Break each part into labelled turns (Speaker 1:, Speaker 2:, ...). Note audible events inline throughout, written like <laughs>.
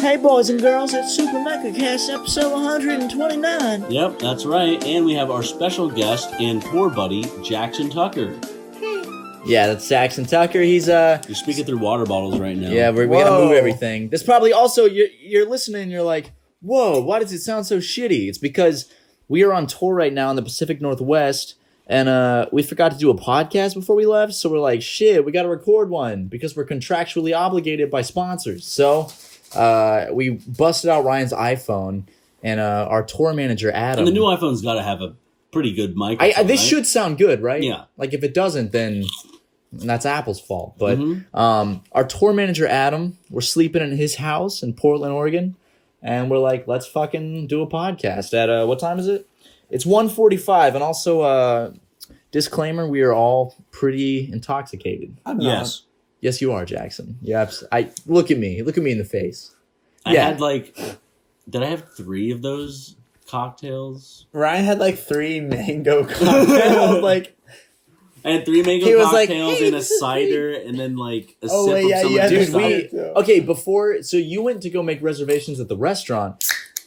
Speaker 1: Hey, boys and girls, it's Super Mecha Cast episode 129.
Speaker 2: Yep, that's right. And we have our special guest and poor buddy, Jackson Tucker.
Speaker 3: Yeah, that's Saxon Tucker. He's uh
Speaker 2: You're speaking through water bottles right now.
Speaker 3: yeah, we're, we gotta
Speaker 1: Whoa.
Speaker 3: move everything. That's probably also you're, you're listening. You're like, whoa, why does it sound so shitty? It's because we are on tour right now in the Pacific Northwest, and uh we forgot to do a podcast before we left. So we're like, shit, we gotta record one because we're contractually obligated by sponsors. So uh we busted out Ryan's iPhone and uh our tour manager Adam.
Speaker 2: and the new iPhone's got to have a pretty good mic.
Speaker 3: I, I, this
Speaker 2: right?
Speaker 3: should sound good, right?
Speaker 2: Yeah.
Speaker 3: Like if it doesn't, then that's Apple's fault. But
Speaker 2: Mhm.
Speaker 3: um, our tour manager Adam, we're sleeping in his house in Portland, Oregon, and we're like, let's fucking do a podcast at uh, what time is it? It's 1.45. and also uh, disclaimer: we are all pretty intoxicated.
Speaker 2: Yes.
Speaker 3: Yes, you are, Jackson. Yeah, abs- I look at me, look at me in the face.
Speaker 2: I
Speaker 3: Yeah.
Speaker 2: had like, did I have three of those cocktails?
Speaker 4: Ryan had like three
Speaker 2: <laughs>
Speaker 4: mango cocktails. like,
Speaker 2: I had three mango
Speaker 4: He was like,
Speaker 2: cocktails
Speaker 4: "Hey,
Speaker 2: and a
Speaker 4: this is
Speaker 2: cider and then like a
Speaker 4: Oh,
Speaker 2: sip
Speaker 4: wait,
Speaker 2: of
Speaker 4: yeah,
Speaker 2: some
Speaker 4: yeah,
Speaker 2: of
Speaker 4: dude,
Speaker 2: this
Speaker 3: Dude,
Speaker 2: stuff.
Speaker 3: we
Speaker 4: excited too.
Speaker 3: okay before. So you went to go make reservations at the restaurant.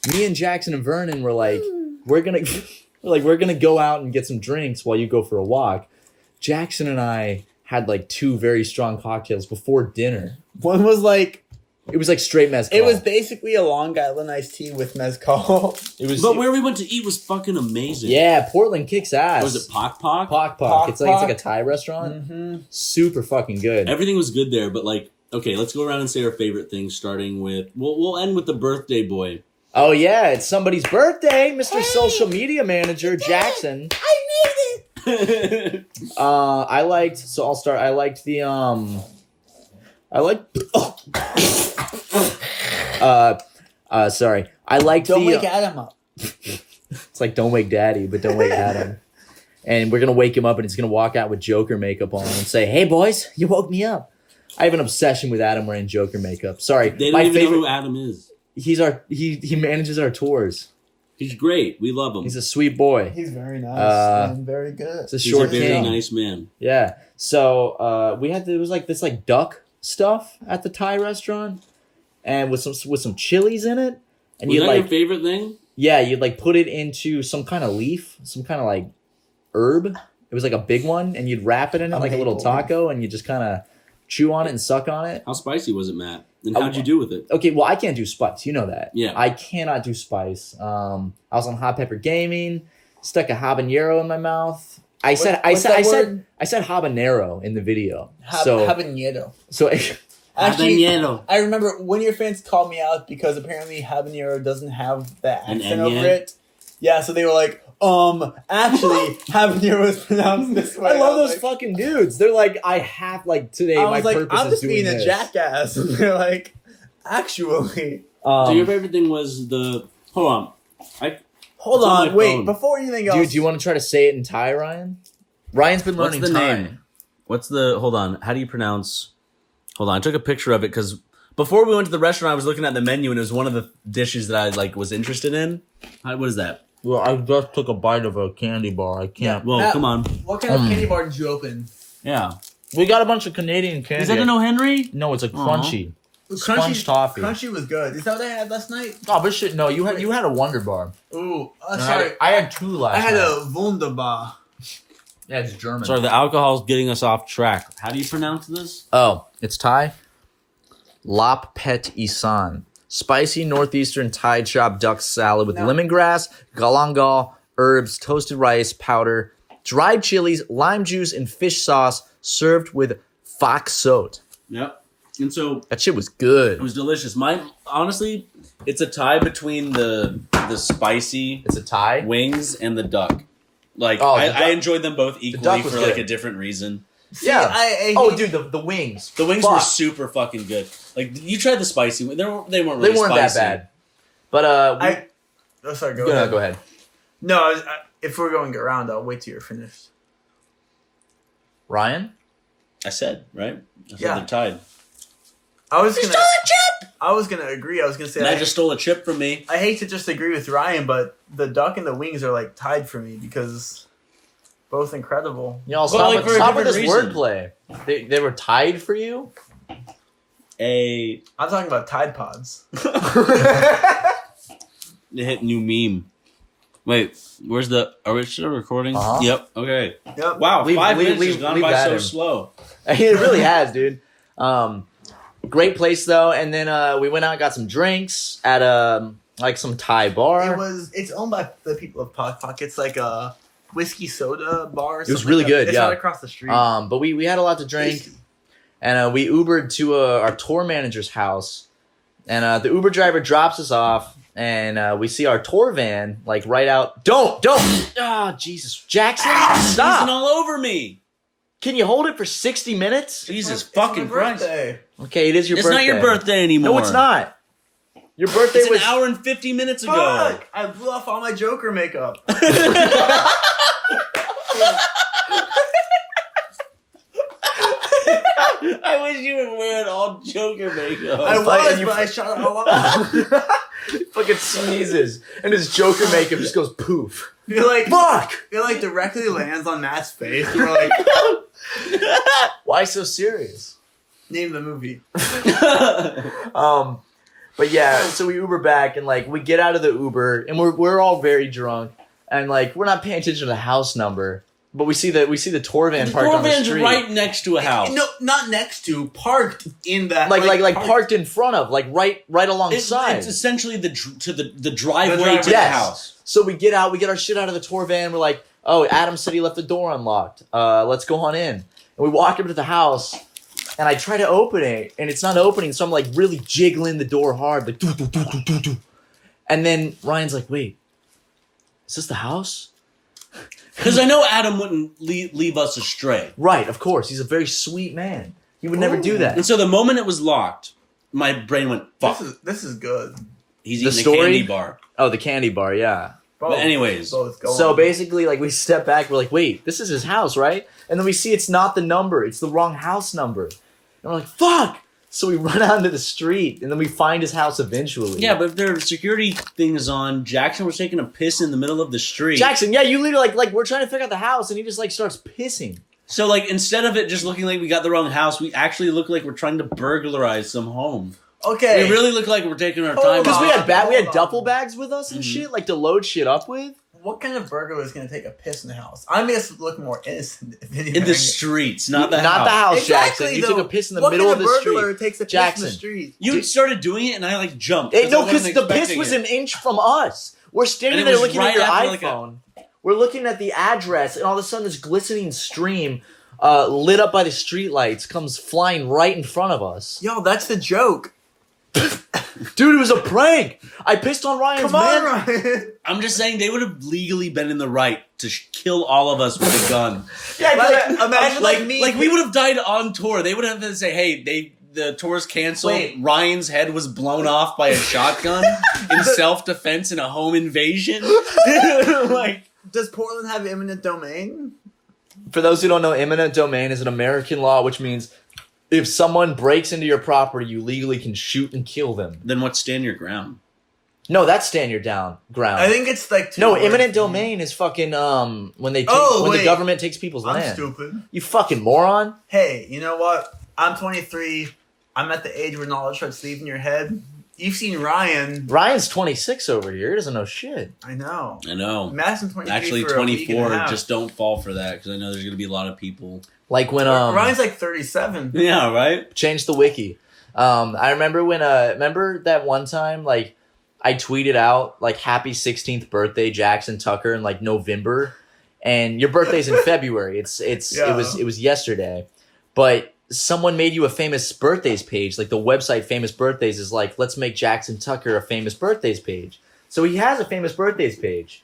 Speaker 3: Me and Jackson and Vernon were like,
Speaker 2: <sighs>
Speaker 3: we're gonna, <laughs> we're like, we're gonna go out and get some drinks while you go for a walk. Jackson and I had like two very strong cocktails before dinner.
Speaker 4: one was like,
Speaker 3: It was like straight mezcal.
Speaker 4: it was basically a Long Island iced tea with mezcal.
Speaker 3: <laughs> It was.
Speaker 2: But where we went to eat was fucking amazing.
Speaker 3: yeah, Portland kicks ass.
Speaker 2: Was it Pock Pock?
Speaker 4: Pock
Speaker 3: Pock Pock? It's like it's like a
Speaker 4: Pock.
Speaker 3: Thai restaurant.
Speaker 4: mm-hmm.
Speaker 3: Super fucking good.
Speaker 2: Everything was good there, but like, okay, let's go around and say our favorite things, starting with, we'll, we'll end with the birthday boy. <laughs>
Speaker 3: oh yeah, it's somebody's birthday, Mr. Social Media Manager Jackson. Uh, I liked. So I'll start. I liked the um. I liked. Oh. <coughs> uh, uh, sorry. I liked
Speaker 4: Don't
Speaker 3: the. uh,
Speaker 4: wake Adam up.
Speaker 3: it's like don't wake Daddy, but don't
Speaker 4: <laughs>
Speaker 3: wake Adam. And we're gonna wake him up, and he's gonna walk out with Joker makeup on and say, "Hey boys, you woke me up." I have an obsession with Adam wearing Joker makeup. Sorry,
Speaker 2: They don't
Speaker 3: my
Speaker 2: even know
Speaker 3: favorite.
Speaker 2: who Adam is.
Speaker 3: He's our he he manages our tours.
Speaker 2: He's great. We love him.
Speaker 3: He's a sweet boy.
Speaker 4: He's very nice
Speaker 3: Uh,
Speaker 4: and very good.
Speaker 3: It's a
Speaker 2: He's
Speaker 3: short
Speaker 2: a very
Speaker 3: king.
Speaker 2: nice man.
Speaker 3: Yeah. So uh, we had it was like this like duck stuff at the Thai restaurant, and with some with some chilies in it, and
Speaker 2: Was
Speaker 3: you
Speaker 2: that
Speaker 3: like
Speaker 2: your favorite thing?
Speaker 3: yeah you'd like put it into some kind of leaf, some kind of like herb. It was like a big one, and you'd wrap it in it
Speaker 4: I'm
Speaker 3: like a little
Speaker 4: hateful.
Speaker 3: taco, and you just kind of chew on it and suck on it.
Speaker 2: How spicy was it, Matt? And
Speaker 3: Oh,
Speaker 2: how'd you do with it?
Speaker 3: Okay, well I can't do spice, you know that.
Speaker 2: Yeah.
Speaker 3: I cannot do spice. Um, I was on Hot Pepper Gaming, stuck a habanero in my mouth. I said I
Speaker 4: what's
Speaker 3: said
Speaker 4: that
Speaker 3: I said
Speaker 4: word?
Speaker 3: I said habanero in the video.
Speaker 4: Hab-
Speaker 3: so
Speaker 4: habanero.
Speaker 3: So <laughs>
Speaker 4: Actually,
Speaker 2: Habanero.
Speaker 4: I remember one of your fans called me out because apparently habanero doesn't have the
Speaker 2: An
Speaker 4: accent
Speaker 2: onion?
Speaker 4: over it. Yeah, so they were like, um, actually, <laughs> habanero is pronounced this way.
Speaker 3: I love those
Speaker 4: was like-
Speaker 3: fucking dudes. They're like, I have like today.
Speaker 4: I
Speaker 3: my
Speaker 4: was like,
Speaker 3: purpose
Speaker 4: I'm
Speaker 3: is
Speaker 4: just
Speaker 3: doing
Speaker 4: being
Speaker 3: this.
Speaker 4: a jackass. <laughs> And they're like, actually.
Speaker 3: Um,
Speaker 2: so your favorite thing was the. Hold on. I,
Speaker 4: Hold
Speaker 2: It's on
Speaker 4: on,
Speaker 2: my
Speaker 4: wait.
Speaker 2: phone.
Speaker 4: Before anything else,
Speaker 3: dude, do you want to try to say it in Thai, Ryan? Ryan's been
Speaker 2: what's
Speaker 3: learning
Speaker 2: the
Speaker 3: Thai.
Speaker 2: name? What's the. Hold on. How do you pronounce. Hold on. I took a picture of it because before we went to the restaurant, I was looking at the menu and it was one of the dishes that I like was interested in. How, what is that?
Speaker 3: Well, I just took a bite of a candy bar. I can't.
Speaker 2: Whoa,
Speaker 4: That-
Speaker 2: come on.
Speaker 4: what kind of
Speaker 3: Mm.
Speaker 4: candy bar did you open?
Speaker 2: Yeah.
Speaker 3: We got a bunch of Canadian candy.
Speaker 2: Is that an O. Henry?
Speaker 3: no, it's a crunchy.
Speaker 4: Crunchy
Speaker 3: toffee.
Speaker 4: Crunchy was good. Is that what I had last night?
Speaker 3: Oh, but shit, no, you had you had a Wonder Bar.
Speaker 4: Ooh, uh,
Speaker 3: And I
Speaker 4: sorry.
Speaker 3: had- I had two last.
Speaker 4: I had
Speaker 3: night.
Speaker 4: a Wunderbar.
Speaker 3: Yeah, it's German.
Speaker 2: Sorry, the alcohol's getting us off track. How do you pronounce this?
Speaker 3: Oh, it's Thai. Lop Pet Isan. Spicy northeastern Thai chopped duck salad with
Speaker 4: No.
Speaker 3: lemongrass, galangal, herbs, toasted rice powder, dried chilies, lime juice, and fish sauce served with fox sote.
Speaker 2: Yep. And so
Speaker 3: That shit was
Speaker 2: It
Speaker 3: good.
Speaker 2: was delicious. My honestly, it's a tie between the the spicy
Speaker 3: It's a Thai.
Speaker 2: wings and the duck. Like
Speaker 3: Oh,
Speaker 2: I,
Speaker 3: the
Speaker 2: I
Speaker 3: duck-
Speaker 2: enjoyed them both equally
Speaker 3: duck
Speaker 2: for
Speaker 3: was
Speaker 2: like
Speaker 3: good.
Speaker 2: a different reason.
Speaker 3: Yeah.
Speaker 4: I, I
Speaker 3: Oh,
Speaker 4: hate-
Speaker 3: dude, the, the wings.
Speaker 2: The wings were
Speaker 3: Fuck.
Speaker 2: super fucking good. Like you tried the spicy, one- they weren't they weren't
Speaker 3: They
Speaker 2: really
Speaker 3: weren't
Speaker 2: spicy.
Speaker 3: that bad. But, uh, we,
Speaker 4: I. Oh, sorry. Go
Speaker 3: go,
Speaker 4: ahead.
Speaker 3: ahead. go ahead.
Speaker 4: No, I was, I, if we're going around, I'll wait till you're finished.
Speaker 3: Ryan?
Speaker 2: I said right. I said
Speaker 4: Yeah.
Speaker 2: they're tied.
Speaker 4: I was gonna. I was gonna agree. I was gonna say.
Speaker 2: And I
Speaker 4: I-
Speaker 2: just stole a chip from me.
Speaker 4: I hate to just agree with Ryan, but the duck and the wings are like tied for me because both incredible.
Speaker 3: Y'all,
Speaker 2: like,
Speaker 3: stop, with
Speaker 2: for a
Speaker 3: stop with this
Speaker 2: different reason.
Speaker 3: wordplay. They, they were tied for you?
Speaker 2: a
Speaker 3: <laughs>
Speaker 4: I'm talking about Tide <laughs> Pods.
Speaker 2: they hit new meme. Wait, where's the? Are we still recording?
Speaker 3: Uh-huh.
Speaker 2: Yep. Okay.
Speaker 4: Yep.
Speaker 2: Wow,
Speaker 3: Leave-
Speaker 2: five
Speaker 3: leave-
Speaker 2: minutes has
Speaker 3: leave-
Speaker 2: gone
Speaker 3: leave
Speaker 2: by
Speaker 3: that
Speaker 2: so
Speaker 3: in.
Speaker 2: slow.
Speaker 3: <laughs> it really has, dude. Um, great place though. And then uh, we went out, and got some drinks at um like some Thai bar.
Speaker 4: It was. It's owned by the people of Pock Pock. It's like a whiskey soda bar. or
Speaker 3: It was
Speaker 4: something
Speaker 3: really
Speaker 4: like that.
Speaker 3: good,
Speaker 4: It's
Speaker 3: yeah.
Speaker 4: right across the street.
Speaker 3: um, but we we had a lot to drink, and uh, we Ubered to uh, our tour manager's house, and uh, the Uber driver drops us off, and uh, we see our tour van like right out. Don't don't. Ah, Jesus, Jackson,
Speaker 2: Ah, He's
Speaker 3: stop!
Speaker 2: all over me.
Speaker 3: Can you hold it for sixty minutes?
Speaker 2: Jesus
Speaker 4: It's my
Speaker 2: fucking Christ!
Speaker 4: birthday.
Speaker 3: Okay, it is your
Speaker 2: It's
Speaker 3: birthday.
Speaker 2: not your birthday anymore.
Speaker 3: No, it's not. Your birthday
Speaker 2: It's an
Speaker 3: was
Speaker 2: hour and fifty minutes ago.
Speaker 4: Fuck! I blew off all my Joker makeup.
Speaker 3: Oh,
Speaker 2: I wish you were wearing all Joker makeup.
Speaker 4: I
Speaker 2: <laughs>
Speaker 3: fuck, and
Speaker 4: was,
Speaker 3: you-
Speaker 4: but I shot it all
Speaker 3: <laughs>
Speaker 4: off.
Speaker 3: fucking sneezes and his Joker makeup just goes poof.
Speaker 4: You're like,
Speaker 3: Fuck!
Speaker 4: it like directly lands on Matt's face. You're like,
Speaker 3: Why so serious?
Speaker 4: name the movie.
Speaker 3: Um, but yeah, so we Uber back and like we get out of the Uber and we're we're all very drunk and like we're not paying attention to the house number, but we see the we see the tour van
Speaker 2: the
Speaker 3: parked
Speaker 2: door
Speaker 3: on the
Speaker 2: van's
Speaker 3: street.
Speaker 2: right next to a house.
Speaker 4: No, not next to, parked in that.
Speaker 3: like like like parked in front of, like right right
Speaker 2: it's,
Speaker 3: alongside.
Speaker 2: it's essentially the dr- to the the driveway, to
Speaker 4: driveway.
Speaker 2: the
Speaker 3: Yes.
Speaker 2: house.
Speaker 3: So we get out, we get our shit out of the tour van. We're like, oh, Adam said he left the door unlocked. Uh, let's go on in. And we walk up to the house, and I try to open it, and it's not opening. So I'm like really jiggling the door hard, like, doo, doo, doo, doo, doo, doo. and then Ryan's like, wait, is this the house?
Speaker 2: Because I know Adam wouldn't leave, leave us astray.
Speaker 3: Right, of course. He's a very sweet man. He would never do
Speaker 4: Ooh.
Speaker 3: that.
Speaker 2: And so the moment it was locked, my brain went fuck.
Speaker 4: This is this is good.
Speaker 2: He's
Speaker 3: The
Speaker 2: eating
Speaker 3: story?
Speaker 2: a candy bar.
Speaker 3: Oh, the candy bar, yeah.
Speaker 4: Both,
Speaker 2: anyways.
Speaker 4: both go
Speaker 3: So
Speaker 4: on.
Speaker 3: basically, like we step back, we're like, wait, this is his house, right? And then we see it's not the number, it's the wrong house number. And we're like, fuck! So we <laughs> run out into the street and then we find his house eventually.
Speaker 2: Yeah, but if their security thing is on, Jackson was taking a piss in the middle of the street.
Speaker 3: Jackson, yeah, you literally like like we're trying to figure out the house and he just like starts pissing.
Speaker 2: so like instead of it just looking like we got the wrong house, we actually look like we're trying to burglarize some home.
Speaker 4: okay.
Speaker 2: We really look like we're taking our time.
Speaker 4: Hold
Speaker 3: Because Oh, we
Speaker 2: off.
Speaker 3: had bat we had
Speaker 4: Hold on.
Speaker 3: duffel bags with us and
Speaker 2: Mhm.
Speaker 3: shit, like to load shit up with.
Speaker 4: what kind of burglar is gonna take a piss in the house? I may just look more innocent. If anything.
Speaker 2: in the streets, not the
Speaker 3: Not
Speaker 2: house.
Speaker 3: the house,
Speaker 4: Exactly,
Speaker 3: Jackson. You
Speaker 4: though.
Speaker 3: took a piss in the
Speaker 4: what
Speaker 3: middle
Speaker 4: kind
Speaker 3: of the
Speaker 4: burglar
Speaker 3: street.
Speaker 4: takes a piss in
Speaker 3: Jackson.
Speaker 4: the street?
Speaker 2: You started doing it, and I like jumped.
Speaker 3: It, no,
Speaker 2: I wasn't
Speaker 3: because the piss
Speaker 2: expecting
Speaker 3: was
Speaker 2: it.
Speaker 3: an inch from us. We're standing
Speaker 2: And it
Speaker 3: there
Speaker 2: was
Speaker 3: looking
Speaker 2: right
Speaker 3: at your
Speaker 2: after, like, a-
Speaker 3: iPhone. We're looking at the address, and all of a sudden, this glistening stream, uh, lit up by the streetlights, comes flying right in front of us.
Speaker 4: Yo, that's the joke.
Speaker 3: Dude, it was a prank. I pissed on Ryan's
Speaker 4: Come on, <laughs>
Speaker 3: man.
Speaker 4: Ryan.
Speaker 2: I'm just saying they would have legally been in the right to sh- kill all of us with a gun.
Speaker 3: Yeah,
Speaker 4: Like,
Speaker 3: yeah.
Speaker 4: imagine
Speaker 2: like,
Speaker 4: like, me.
Speaker 2: like we would have died on tour. They would have to say, "Hey, they the tour's canceled.
Speaker 4: Wait.
Speaker 2: Ryan's head was blown off by a
Speaker 3: <laughs>
Speaker 2: shotgun in self defense in a home invasion." <laughs> like,
Speaker 4: Does Portland have eminent domain?
Speaker 3: For those who don't know, eminent domain is an American law, which means if someone breaks into your property, you legally can shoot and kill them.
Speaker 2: then what? Stand your ground.
Speaker 3: No, that's stand your down ground.
Speaker 4: I think it's like two
Speaker 3: no,
Speaker 4: words.
Speaker 3: eminent domain is fucking um when they take,
Speaker 4: Oh,
Speaker 3: when the
Speaker 4: wait.
Speaker 3: government takes people's
Speaker 4: I'm
Speaker 3: land.
Speaker 4: stupid.
Speaker 3: You fucking moron.
Speaker 4: Hey, you know what? I'm 23. I'm at the age where knowledge starts leaving your head. You've seen Ryan.
Speaker 3: Ryan's 26 over here. He doesn't know shit.
Speaker 4: I know.
Speaker 2: I know.
Speaker 4: Madison 23.
Speaker 2: Actually,
Speaker 4: for a week and a
Speaker 2: 24.
Speaker 4: half.
Speaker 2: Just don't fall for that because I know there's gonna be a lot of people.
Speaker 3: Like when um
Speaker 4: Ryan's like 37.
Speaker 2: <laughs> Yeah, right.
Speaker 3: changed the wiki. Um I remember when uh remember that one time like I tweeted out like happy 16th birthday Jackson Tucker in like November and your birthday's
Speaker 4: <laughs>
Speaker 3: in February. It's it's it
Speaker 4: Yeah.
Speaker 3: was it was yesterday. But someone made you a famous birthdays page. Like the website famous birthdays is like let's make Jackson Tucker a famous birthdays page. So he has a famous birthdays page.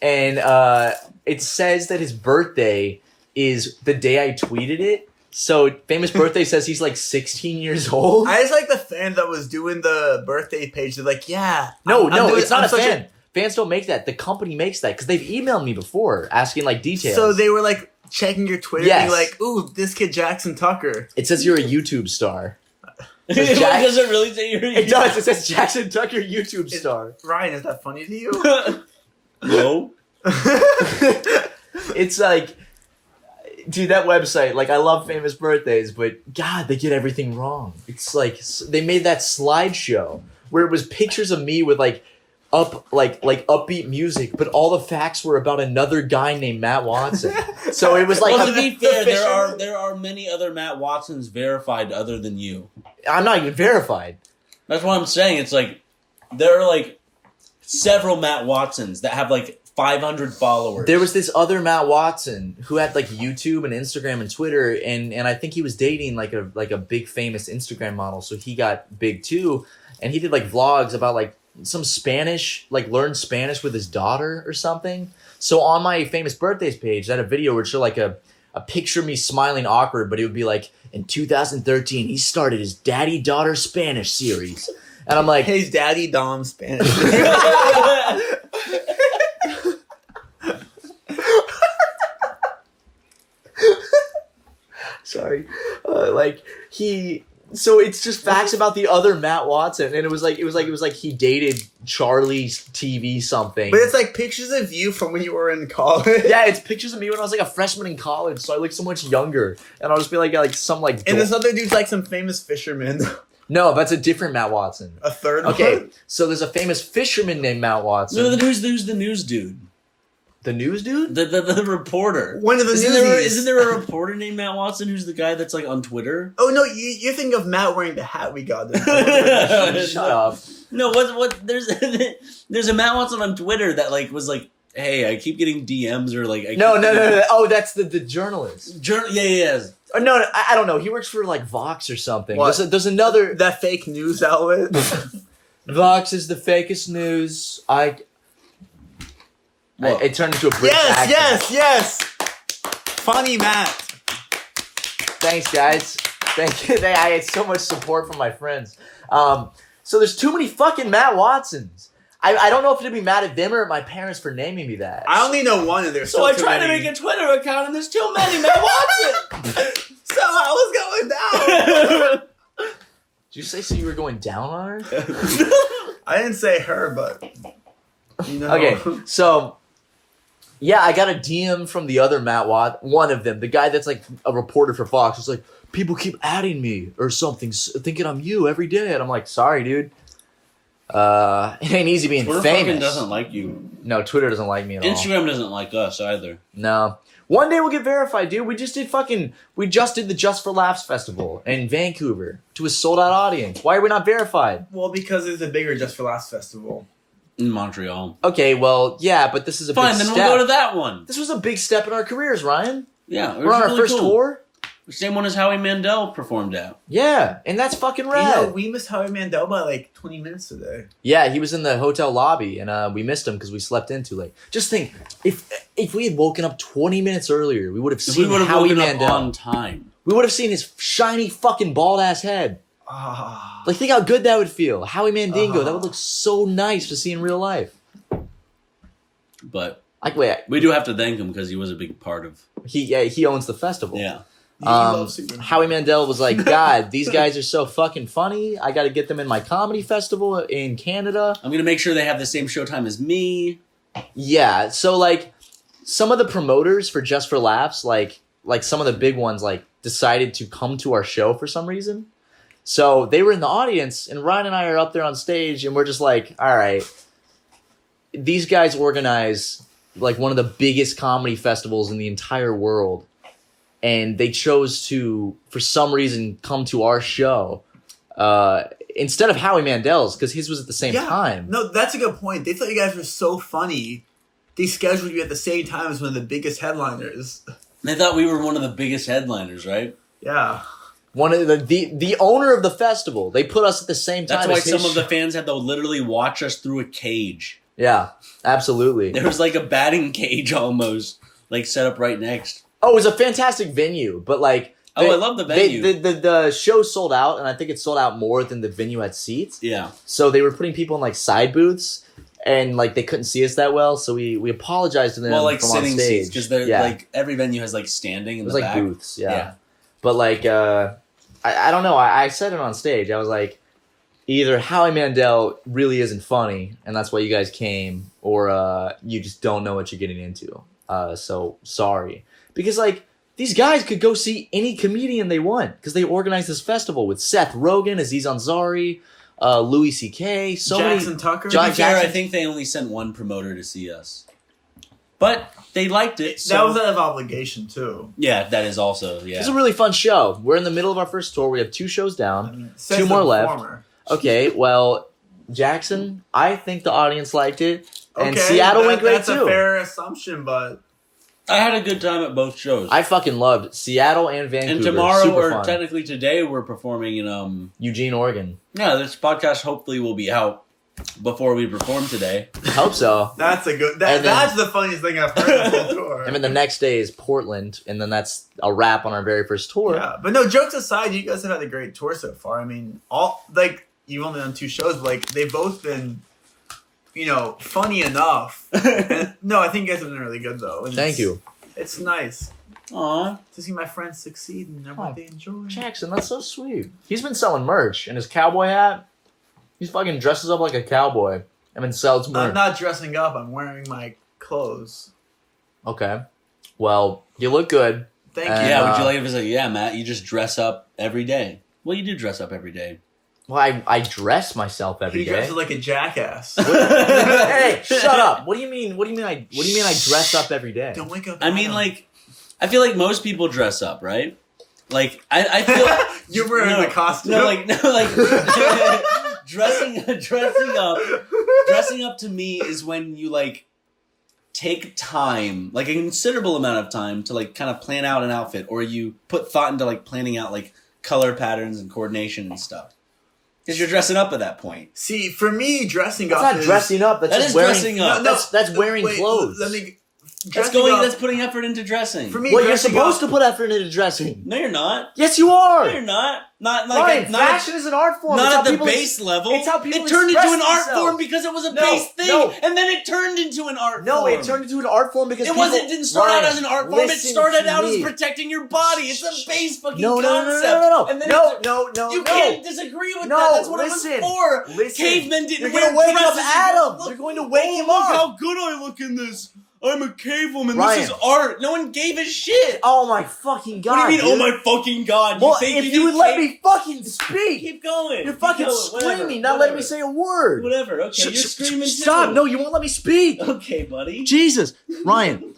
Speaker 3: and uh, it says that his birthday is the day I tweeted it. So <laughs> famous birthday says he's like 16 years old.
Speaker 4: I just like the fan that was doing the birthday page. They're like, yeah.
Speaker 3: no,
Speaker 4: I'm- I'm
Speaker 3: no,
Speaker 4: doing-
Speaker 3: it's not
Speaker 4: I'm
Speaker 3: a
Speaker 4: such
Speaker 3: fan. Fans don't make that. The company makes that because they've emailed me before asking like details.
Speaker 4: So they were like checking your Twitter
Speaker 3: Yes.
Speaker 4: and being like, ooh, this kid Jackson Tucker.
Speaker 3: it says you're a YouTube star.
Speaker 2: <laughs>
Speaker 3: Jack-
Speaker 2: does it really say you're?
Speaker 3: It does. It says Jackson Tucker YouTube
Speaker 4: It-
Speaker 3: star.
Speaker 4: Ryan, is that funny to you?
Speaker 2: <laughs>
Speaker 3: <laughs>
Speaker 4: <laughs>
Speaker 2: no.
Speaker 3: It's like dude, that website. Like, I love famous birthdays, but God, they get everything wrong. It's like s- they made that slideshow where it was pictures of me with like up, like like upbeat music, but all the facts were about another guy named Matt Watson. so it was like
Speaker 2: well, to be fair, there
Speaker 3: Fisherman-
Speaker 2: are there are many other Matt Watsons verified other than you.
Speaker 3: I'm not even verified.
Speaker 2: That's what I'm saying. It's like there are like several Matt Watsons that have like 500 followers.
Speaker 3: There
Speaker 4: <laughs>
Speaker 2: <laughs>
Speaker 3: was this other Matt Watson who had like YouTube and Instagram and Twitter, and and I think he was dating like a like a big famous Instagram model, so he got big too, and he did like vlogs about like some Spanish, like learned Spanish with his daughter or something. So on my famous birthdays page, I had a video where it showed like a a picture of me smiling awkward, but it would be like in 2013 he started his daddy daughter Spanish series, and I'm like,
Speaker 4: His daddy Dom Spanish.
Speaker 3: <laughs> sorry uh, like he so it's just facts about the other matt watson and it was like it was like it was like he dated charlie's tv something
Speaker 4: But it's like pictures of you from when you were in college.
Speaker 3: yeah it's pictures of me when i was like a freshman in college so i look so much younger and i'll just be like like some like
Speaker 4: And
Speaker 3: dor-
Speaker 4: this other dude's like some famous fisherman. <laughs>
Speaker 3: no that's a different matt watson
Speaker 4: A third
Speaker 3: okay
Speaker 4: one.
Speaker 3: so there's a famous fisherman named matt watson
Speaker 2: no, the news. There's the news dude,
Speaker 3: the news <laughs> dude
Speaker 2: the the, the reporter.
Speaker 4: One of the
Speaker 2: Isn't
Speaker 4: newsies.
Speaker 2: there, isn't there a reporter named Matt Watson who's the guy that's like on Twitter?
Speaker 4: Oh no, you you think of Matt wearing the hat we got.
Speaker 3: <laughs> shut up
Speaker 2: No, what what there's <laughs> there's a Matt Watson on Twitter that like was like, hey, I keep getting DMs or like, I
Speaker 3: no
Speaker 2: keep
Speaker 3: no no
Speaker 2: getting- <laughs>
Speaker 3: no, no. oh that's the the journalist
Speaker 2: Journal, yeah, yeah, yeah.
Speaker 3: or Uh, no, no I, I don't know he works for like vox or something
Speaker 4: What?
Speaker 3: there's, a, there's another
Speaker 4: that fake news
Speaker 3: <laughs>
Speaker 4: outlet.
Speaker 3: Vox is the fakest news. I. I
Speaker 2: What?
Speaker 3: it turned into a British
Speaker 4: yes,
Speaker 3: accent.
Speaker 4: yes, yes. Funny Matt.
Speaker 3: Thanks, guys. Thank you. <laughs> They, I had so much support from my friends. Um, so there's too many fucking Matt Watsons. I, I don't know if it'd be mad at them or at my parents for naming me that.
Speaker 4: I only know one, and there's
Speaker 2: So I
Speaker 4: still too
Speaker 2: tried to
Speaker 4: many.
Speaker 2: make a Twitter account and there's too many Matt Watson.
Speaker 4: <laughs> So I was going down.
Speaker 3: Did you say so you were going down on her?
Speaker 4: I didn't say her, but you know.
Speaker 2: <laughs>
Speaker 3: Okay, so yeah, I got a DM from the other Matt Watt, one of them, the guy that's like a reporter for Fox. It's like people keep adding me or something, s- thinking I'm you every day, and I'm like, sorry, dude. Uh, it ain't easy being
Speaker 2: Twitter fucking
Speaker 3: famous.
Speaker 2: doesn't like you.
Speaker 3: no, Twitter doesn't like me at all.
Speaker 2: Instagram doesn't like us either.
Speaker 3: No. One day we'll get verified, dude. We just did fucking, we just did the Just for Laughs festival in Vancouver to a sold out audience. Why are we not verified?
Speaker 4: Well, because it's a bigger Just for Last festival.
Speaker 2: In Montreal.
Speaker 3: Okay, well, yeah, but this is a
Speaker 2: Fine,
Speaker 3: big
Speaker 2: then
Speaker 3: step.
Speaker 2: we'll go to that one.
Speaker 3: this was a big step in our careers, Ryan.
Speaker 2: Yeah, it
Speaker 3: We're
Speaker 2: was
Speaker 3: on our
Speaker 2: really
Speaker 3: first
Speaker 2: cool.
Speaker 3: tour.
Speaker 2: Same one as Howie Mandel performed at.
Speaker 3: Yeah, and that's fucking
Speaker 4: You
Speaker 3: rad.
Speaker 4: know, we missed Howie Mandel by like 20 minutes today.
Speaker 3: yeah, he was in the hotel lobby, and uh, we missed him because we slept in too late. Just think, if if we had woken up twenty minutes earlier, we would have
Speaker 2: If we
Speaker 3: seen
Speaker 2: would have
Speaker 3: Howie
Speaker 2: woken up
Speaker 3: Mandel.
Speaker 2: on time.
Speaker 3: we would have seen his shiny fucking bald ass head.
Speaker 4: Ah.
Speaker 3: Like, think how good that would feel. Howie Mandingo,
Speaker 4: Uh-huh.
Speaker 3: that would look so nice to see in real life.
Speaker 2: But
Speaker 3: Like, wait,
Speaker 2: we do have to thank him because he was a big part of.
Speaker 3: he yeah, he owns the festival.
Speaker 2: Yeah.
Speaker 4: You
Speaker 3: Um,
Speaker 4: love Superman.
Speaker 3: Howie Mandel was
Speaker 2: <laughs>
Speaker 3: like, God, these guys are so fucking funny. I got to get them in my comedy festival in Canada.
Speaker 2: I'm going to make sure they have the same showtime as me.
Speaker 3: Yeah. So like some of the promoters for Just for Laughs, like like some of the big ones, like decided to come to our show for some reason. So they were in the audience, and Ryan and I are up there on stage, and we're just like, all right, these guys organize like one of the biggest comedy festivals in the entire world. And they chose to, for some reason, come to our show uh, instead of Howie Mandel's because his was at the same time.
Speaker 4: No, that's a good point. They thought you guys were so funny. They scheduled you at the same time as one of the biggest headliners.
Speaker 2: They thought we were one of the biggest headliners, right?
Speaker 4: Yeah.
Speaker 3: One of the, the the owner of the festival. They put us at the same time.
Speaker 2: That's why
Speaker 3: as his
Speaker 2: some of the
Speaker 3: sh-
Speaker 2: fans had to literally watch us through a cage.
Speaker 3: yeah, absolutely.
Speaker 2: There was like a batting cage <laughs> almost, like set up right next.
Speaker 3: Oh, it was a fantastic venue, but like.
Speaker 2: Oh, I love the
Speaker 3: they-
Speaker 2: venue.
Speaker 3: the, the the show sold out, and I think it sold out more than the venue had seats.
Speaker 2: Yeah.
Speaker 3: So they were putting people in like side booths, and like they couldn't see us that well. So we we apologized to them.
Speaker 2: Well, like
Speaker 3: from on
Speaker 2: sitting
Speaker 3: stage.
Speaker 2: seats because they're
Speaker 3: yeah.
Speaker 2: like every venue has like standing in
Speaker 3: it was
Speaker 2: the
Speaker 3: like
Speaker 2: back.
Speaker 3: booths. Yeah. but like uh, I I don't know. I, I said it on stage. I was like, either Howie Mandel really isn't funny, and that's why you guys came, or uh, you just don't know what you're getting into. Uh, so sorry because like These guys could go see any comedian they want because they organized this festival with Seth Rogen, Aziz Ansari, uh, Louis C.K. So
Speaker 4: Jackson
Speaker 3: many.
Speaker 4: Tucker.
Speaker 3: John-
Speaker 2: To be fair, I
Speaker 3: Jackson-
Speaker 2: think they only sent one promoter to see us, but they liked it. So
Speaker 4: that was out of obligation too.
Speaker 2: yeah, that is also yeah.
Speaker 3: It's a really fun show. We're in the middle of our first tour. We have two shows
Speaker 4: I
Speaker 3: down.
Speaker 4: mean,
Speaker 3: Two more left.
Speaker 4: Performer.
Speaker 3: Okay, well, Jackson, I think the audience liked it, and
Speaker 4: Okay,
Speaker 3: Seattle
Speaker 4: that-
Speaker 3: went great
Speaker 4: That's
Speaker 3: too.
Speaker 4: a fair assumption, but
Speaker 2: I had a good time at both shows.
Speaker 3: I fucking loved Seattle and Vancouver.
Speaker 2: and tomorrow,
Speaker 3: Super
Speaker 2: or
Speaker 3: fun.
Speaker 2: technically today, we're performing in um.
Speaker 3: Eugene, Oregon.
Speaker 2: Yeah, this podcast hopefully will be out before we perform today.
Speaker 3: Hope so.
Speaker 4: that's a good. That,
Speaker 3: And then-
Speaker 4: that's the funniest thing I've heard
Speaker 3: <laughs>
Speaker 4: this whole tour.
Speaker 3: And then the next day is Portland, and then that's a wrap on our very first tour.
Speaker 4: Yeah, but no jokes aside, you guys have had a great tour so far. I mean, all like you've only done two shows, but like they've both been, you know, funny
Speaker 3: <laughs>
Speaker 4: enough. And- no, I think you guys have been really good though. and
Speaker 3: Thank
Speaker 4: it's-
Speaker 3: you,
Speaker 4: It's nice
Speaker 2: Aw,
Speaker 4: to see my friends succeed and what
Speaker 3: Oh.
Speaker 4: they enjoy.
Speaker 3: Jackson. That's so sweet. He's been selling merch and his cowboy hat. He fucking dresses up like a cowboy and then sells merch.
Speaker 4: I'm not dressing up. I'm wearing my clothes.
Speaker 3: okay, well, you look good.
Speaker 4: Thank
Speaker 3: Uh,
Speaker 4: you.
Speaker 2: yeah. Would you
Speaker 3: uh,
Speaker 2: like if it's like yeah, Matt? You just dress up every day. Well, you do dress up every day.
Speaker 3: Well, I, I dress myself every
Speaker 4: he
Speaker 3: day.
Speaker 4: dresses like a
Speaker 3: <laughs>
Speaker 4: jackass.
Speaker 3: hey, shut up! What do you mean? What do you mean? I what do you mean? I dress up every day.
Speaker 4: Don't wake up.
Speaker 2: I mean,
Speaker 4: Adam.
Speaker 2: like, I feel like most people dress up, right? Like, I, I <laughs> feel
Speaker 4: you're wearing
Speaker 2: no,
Speaker 4: the costume.
Speaker 2: no, like, <laughs> no, like, dressing, <laughs> dressing up, dressing up to me is when you like take time, like a considerable amount of time, to like kind of plan out an outfit, or you put thought into like planning out like color patterns and coordination and stuff. Because you're dressing up at that point.
Speaker 4: See, for me, dressing
Speaker 3: That's
Speaker 4: up
Speaker 3: not
Speaker 4: is,
Speaker 3: dressing up. That's
Speaker 2: That
Speaker 3: just
Speaker 2: is
Speaker 3: wearing.
Speaker 2: dressing up.
Speaker 3: That's that's wearing
Speaker 4: wait,
Speaker 3: clothes.
Speaker 4: Let me.
Speaker 2: That's
Speaker 4: dressing
Speaker 2: going.
Speaker 4: up-
Speaker 2: That's putting effort into dressing.
Speaker 4: For me,
Speaker 3: well, you're
Speaker 4: dressing
Speaker 3: supposed
Speaker 4: up-
Speaker 3: to put effort into dressing.
Speaker 2: no, you're not.
Speaker 3: Yes, you are.
Speaker 2: No, you're not. Not like
Speaker 3: Ryan,
Speaker 2: not
Speaker 3: fashion is an art form. It's
Speaker 2: not
Speaker 3: how
Speaker 2: at the
Speaker 3: people-
Speaker 2: base level.
Speaker 3: it's how people
Speaker 2: it turned into
Speaker 3: express
Speaker 2: an art
Speaker 3: themselves.
Speaker 2: form because it was a
Speaker 3: No,
Speaker 2: base thing,
Speaker 3: no.
Speaker 2: and then it turned into an art
Speaker 3: No,
Speaker 2: form.
Speaker 3: it turned into an art form because
Speaker 2: It
Speaker 3: people-
Speaker 2: wasn't. It didn't start out
Speaker 3: Ryan,
Speaker 2: as an art form. It
Speaker 3: listen
Speaker 2: started
Speaker 3: to
Speaker 2: out as
Speaker 3: me.
Speaker 2: protecting your body. It's a base fucking
Speaker 3: no, no, no, no,
Speaker 2: concept.
Speaker 3: no, no,
Speaker 2: And
Speaker 3: no,
Speaker 2: then
Speaker 3: no,
Speaker 2: it-
Speaker 3: no, no,
Speaker 2: you
Speaker 3: no.
Speaker 2: can't disagree with
Speaker 3: No,
Speaker 2: that. That's what
Speaker 3: listen.
Speaker 2: it was for.
Speaker 3: Listen.
Speaker 2: Cavemen didn't
Speaker 3: You're
Speaker 2: wear
Speaker 3: gonna wake up
Speaker 2: dresses.
Speaker 3: Adam.
Speaker 2: Look-
Speaker 3: You're going to wake
Speaker 2: oh,
Speaker 3: him
Speaker 2: Look
Speaker 3: up.
Speaker 2: how good I look in this. I'm a cavewoman.
Speaker 3: Ryan.
Speaker 2: This is art. No one gave a shit.
Speaker 3: oh my fucking god!
Speaker 2: what do you mean?
Speaker 3: dude.
Speaker 2: Oh my fucking god!
Speaker 3: Well,
Speaker 2: you think
Speaker 3: if
Speaker 2: you
Speaker 3: you would
Speaker 2: did
Speaker 3: let
Speaker 2: cave-
Speaker 3: me fucking speak,
Speaker 2: keep going.
Speaker 3: you're
Speaker 2: keep
Speaker 3: fucking
Speaker 2: going, whatever,
Speaker 3: screaming, not letting
Speaker 2: whatever.
Speaker 3: me say a word.
Speaker 2: Whatever. Okay,
Speaker 3: Sh-
Speaker 2: you're
Speaker 3: sh-
Speaker 2: screaming.
Speaker 3: Stop!
Speaker 2: too.
Speaker 3: No, you won't let me
Speaker 2: <laughs>
Speaker 3: speak.
Speaker 2: Okay, buddy.
Speaker 3: Jesus, Ryan.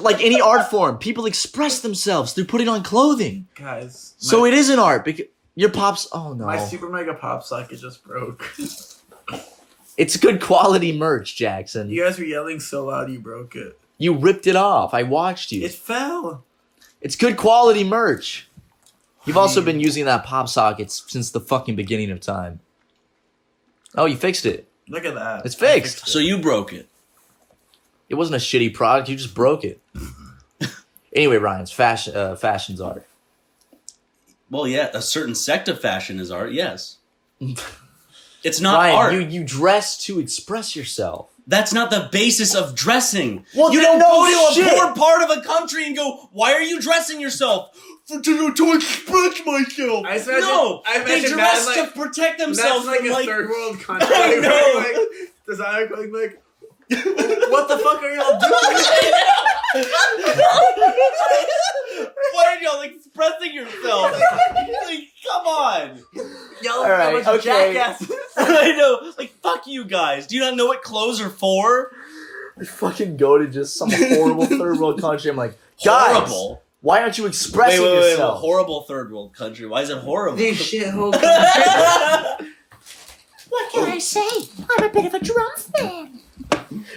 Speaker 3: Like any art form, people express themselves through putting on clothing.
Speaker 4: guys.
Speaker 3: So
Speaker 4: my,
Speaker 3: it is an art because your pops. Oh no,
Speaker 4: my super mega pop socket just broke. <laughs>
Speaker 3: it's good quality merch, Jackson.
Speaker 4: You guys were yelling so loud you broke it.
Speaker 3: You ripped it off. I watched you.
Speaker 4: It fell.
Speaker 3: It's good quality merch. You've also
Speaker 4: Hmm.
Speaker 3: been using that pop socket s- since the fucking beginning of time. Oh, you fixed it.
Speaker 4: Look at that.
Speaker 3: It's fixed.
Speaker 4: I
Speaker 2: So you broke it.
Speaker 3: It wasn't a shitty product. You just broke it. anyway, Ryan's fashion uh, fashion's art.
Speaker 2: Well, yeah, a certain sect of fashion is art.
Speaker 3: <laughs>
Speaker 2: Yes, it's not
Speaker 3: Ryan,
Speaker 2: art.
Speaker 3: you you dress to express yourself.
Speaker 2: That's not the basis of dressing.
Speaker 3: Well,
Speaker 2: you don't
Speaker 3: then no
Speaker 2: go to
Speaker 3: shit.
Speaker 2: a poor part of a country and go, "Why are you dressing yourself?" For, to, to express myself.
Speaker 4: I imagine-
Speaker 2: no,
Speaker 4: I
Speaker 2: they
Speaker 4: imagine
Speaker 2: dress
Speaker 4: Matt, like-
Speaker 2: to protect
Speaker 4: That's
Speaker 2: themselves.
Speaker 4: like
Speaker 2: from,
Speaker 4: a
Speaker 2: like,
Speaker 4: third
Speaker 2: <laughs>
Speaker 4: world country.
Speaker 2: I
Speaker 4: where,
Speaker 2: know.
Speaker 4: Like, designer clothing, like, what the fuck are y'all
Speaker 3: <laughs>
Speaker 4: doing?
Speaker 2: Why are y'all expressing yourself? like, come on.
Speaker 4: Y'all
Speaker 3: All right,
Speaker 4: are a bunch of
Speaker 3: okay.
Speaker 4: jackasses.
Speaker 2: I know. Like, fuck you guys. Do you not know what clothes are for?
Speaker 3: I fucking go to just some
Speaker 2: <laughs>
Speaker 3: horrible third world country. I'm like, guys,
Speaker 2: Horrible.
Speaker 3: why aren't you
Speaker 2: Wait,
Speaker 3: expressing
Speaker 2: wait, wait, wait.
Speaker 3: yourself?
Speaker 2: Horrible third world country. Why is it horrible?
Speaker 4: These
Speaker 2: <laughs>
Speaker 3: <laughs>
Speaker 4: shithole.
Speaker 5: What can I say? I'm a bit of a drum fan.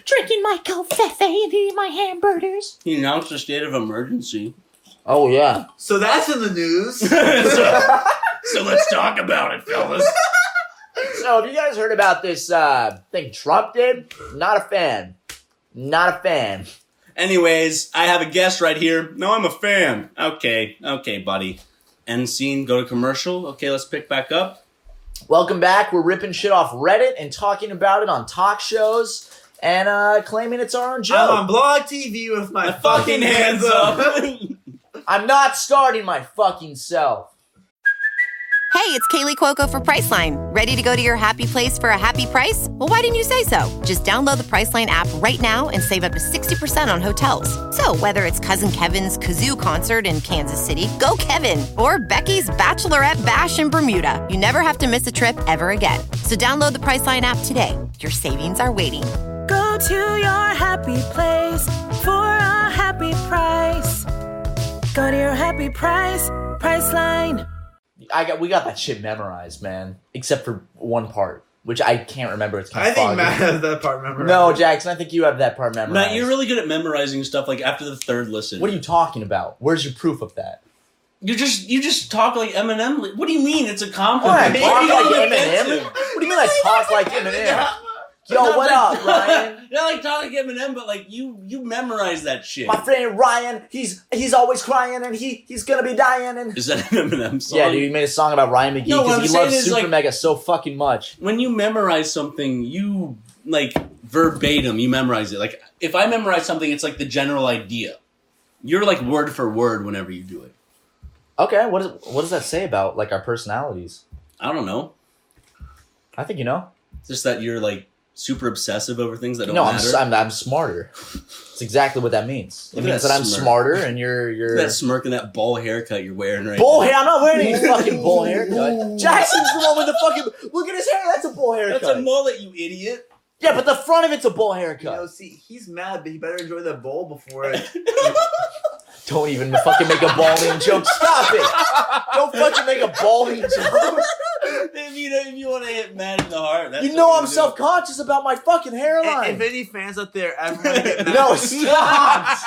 Speaker 5: Drinking my covfefe and eating my hamburgers.
Speaker 2: He announced a state
Speaker 5: <laughs>
Speaker 2: of emergency.
Speaker 3: oh yeah.
Speaker 4: So that's in the
Speaker 3: <laughs>
Speaker 4: news.
Speaker 2: so, so let's talk about it, fellas.
Speaker 3: So, have you guys heard about this uh, thing Trump did? Not a fan. Not a fan.
Speaker 2: Anyways, I have a guest right here. No, I'm a fan. Okay, okay, buddy. End scene, go to commercial. Okay, let's pick back up.
Speaker 3: Welcome back. We're ripping shit off Reddit and talking about it on talk shows and uh, claiming it's our own
Speaker 4: I'm on
Speaker 3: joke.
Speaker 4: blog TV with my,
Speaker 2: Fucking hands up. <laughs>
Speaker 3: I'm not starting my fucking self.
Speaker 6: Hey, it's Kaylee Cuoco for Priceline. Ready to go to your happy place for a happy price? Well, why didn't you say so? Just download the Priceline app right now and save up to 60% on hotels. So, whether it's Cousin Kevin's Kazoo concert in Kansas City, go Kevin, or Becky's Bachelorette Bash in Bermuda, you never have to miss a trip ever again. So, download the Priceline app today. Your savings are waiting.
Speaker 7: Go to your happy place for a happy price. Go to your happy price, Priceline.
Speaker 3: I got we got that shit memorized, man. Except for one part, which I can't remember. It's kind
Speaker 4: I
Speaker 3: of
Speaker 4: think
Speaker 3: foggy.
Speaker 4: Matt <laughs> has that part memorized.
Speaker 3: no, Jackson, I think you have that part memorized.
Speaker 2: Matt, you're really good at memorizing stuff. Like after the third listen,
Speaker 3: What are you talking about? Where's your proof of
Speaker 2: <laughs>
Speaker 3: that?
Speaker 2: You just you just talk like Eminem. Like, What do you mean? It's a
Speaker 3: All right,
Speaker 2: compliment.
Speaker 3: talk
Speaker 2: What do you
Speaker 3: like
Speaker 2: mean it's
Speaker 3: Eminem.
Speaker 2: offensive?
Speaker 3: What do you mean I talk like Eminem? Yo,
Speaker 2: <laughs>
Speaker 3: what up, Ryan?
Speaker 2: Not like talk like Eminem, but like you you memorize that shit.
Speaker 3: My friend Ryan, he's he's always crying and he he's gonna be dying and
Speaker 2: Is that an Eminem song?
Speaker 3: Yeah, dude, you made a song about Ryan McGee
Speaker 2: No, what
Speaker 3: because
Speaker 2: I'm
Speaker 3: he
Speaker 2: saying
Speaker 3: loves
Speaker 2: is,
Speaker 3: Super
Speaker 2: like-
Speaker 3: Mega so fucking much.
Speaker 2: When you memorize something, you like verbatim. You memorize it. Like if I memorize something, it's like the general idea. You're like word for word whenever you do it.
Speaker 3: Okay, what, is, what does that say about like our personalities?
Speaker 2: I don't know.
Speaker 3: I think you know.
Speaker 2: It's just that you're like super obsessive over things that don't
Speaker 3: no, I'm,
Speaker 2: matter.
Speaker 3: s- I'm I'm smarter. That's exactly what that means. It
Speaker 2: Look at
Speaker 3: means
Speaker 2: that
Speaker 3: that I'm
Speaker 2: smirk.
Speaker 3: smarter and you're you're
Speaker 2: that smirk and that ball haircut you're wearing right
Speaker 3: bull
Speaker 2: now.
Speaker 3: hair. I'm not wearing <laughs> any fucking bull haircut. <laughs> Jackson's the one with the fucking look at his hair. That's a bull haircut.
Speaker 2: That's a mullet, you idiot.
Speaker 3: yeah, but the front of it's a bull
Speaker 4: You know,
Speaker 3: haircut.
Speaker 4: see, he's mad, but he better enjoy the bowl
Speaker 2: <laughs>
Speaker 4: before it.
Speaker 3: Don't even fucking make a balding joke. Stop it. Don't fucking make a balding joke.
Speaker 2: if you know, if you want to hit Matt in the heart, that's
Speaker 3: You know
Speaker 2: what
Speaker 3: I'm
Speaker 2: do.
Speaker 3: self conscious about my fucking
Speaker 4: if
Speaker 3: hairline.
Speaker 4: any fans out there ever want to
Speaker 2: <laughs>
Speaker 4: get mad,
Speaker 3: No, stop.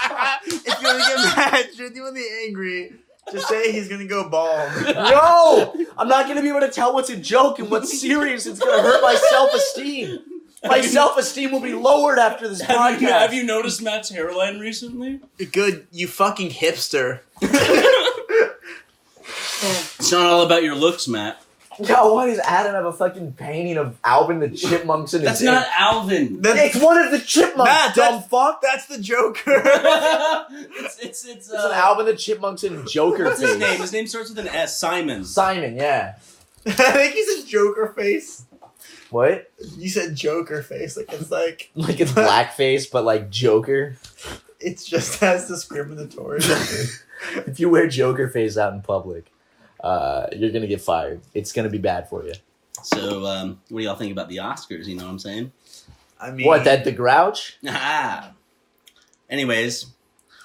Speaker 4: <laughs> if you want to get mad, <laughs> genuinely angry, just say he's gonna go bald.
Speaker 3: No, I'm not gonna be able to tell what's a joke and what's serious. It's gonna hurt my self esteem. My self esteem will be lowered after this
Speaker 2: Have you, have
Speaker 3: podcast.
Speaker 2: you noticed Matt's hairline recently?
Speaker 4: Good, you fucking hipster.
Speaker 2: It's not all about your looks, Matt.
Speaker 3: Yo, why does Adam have a fucking painting of Alvin the Chipmunks in his?
Speaker 2: That's not Alvin.
Speaker 4: That's,
Speaker 3: It's one of the Chipmunks.
Speaker 4: Matt,
Speaker 3: dumb
Speaker 4: that's-
Speaker 3: fuck.
Speaker 4: that's the Joker.
Speaker 2: <laughs>
Speaker 4: <laughs>
Speaker 2: it's it's it's,
Speaker 3: It's an
Speaker 2: uh,
Speaker 3: Alvin the Chipmunks and Joker
Speaker 2: what's his
Speaker 3: face.
Speaker 2: name? His name starts with an S. Simon.
Speaker 3: Simon, yeah.
Speaker 4: I think he said Joker face.
Speaker 3: What?
Speaker 4: You said Joker face. Like it's like
Speaker 3: Like it's blackface, but like Joker.
Speaker 4: it's just <laughs> as discriminatory.
Speaker 3: If you wear Joker face out in public, uh, you're gonna get fired. It's gonna be bad for you.
Speaker 2: So, um, what do y'all think about the Oscars? You know what I'm saying?
Speaker 4: I mean,
Speaker 3: What? That the Grouch?
Speaker 2: Ah. Anyways,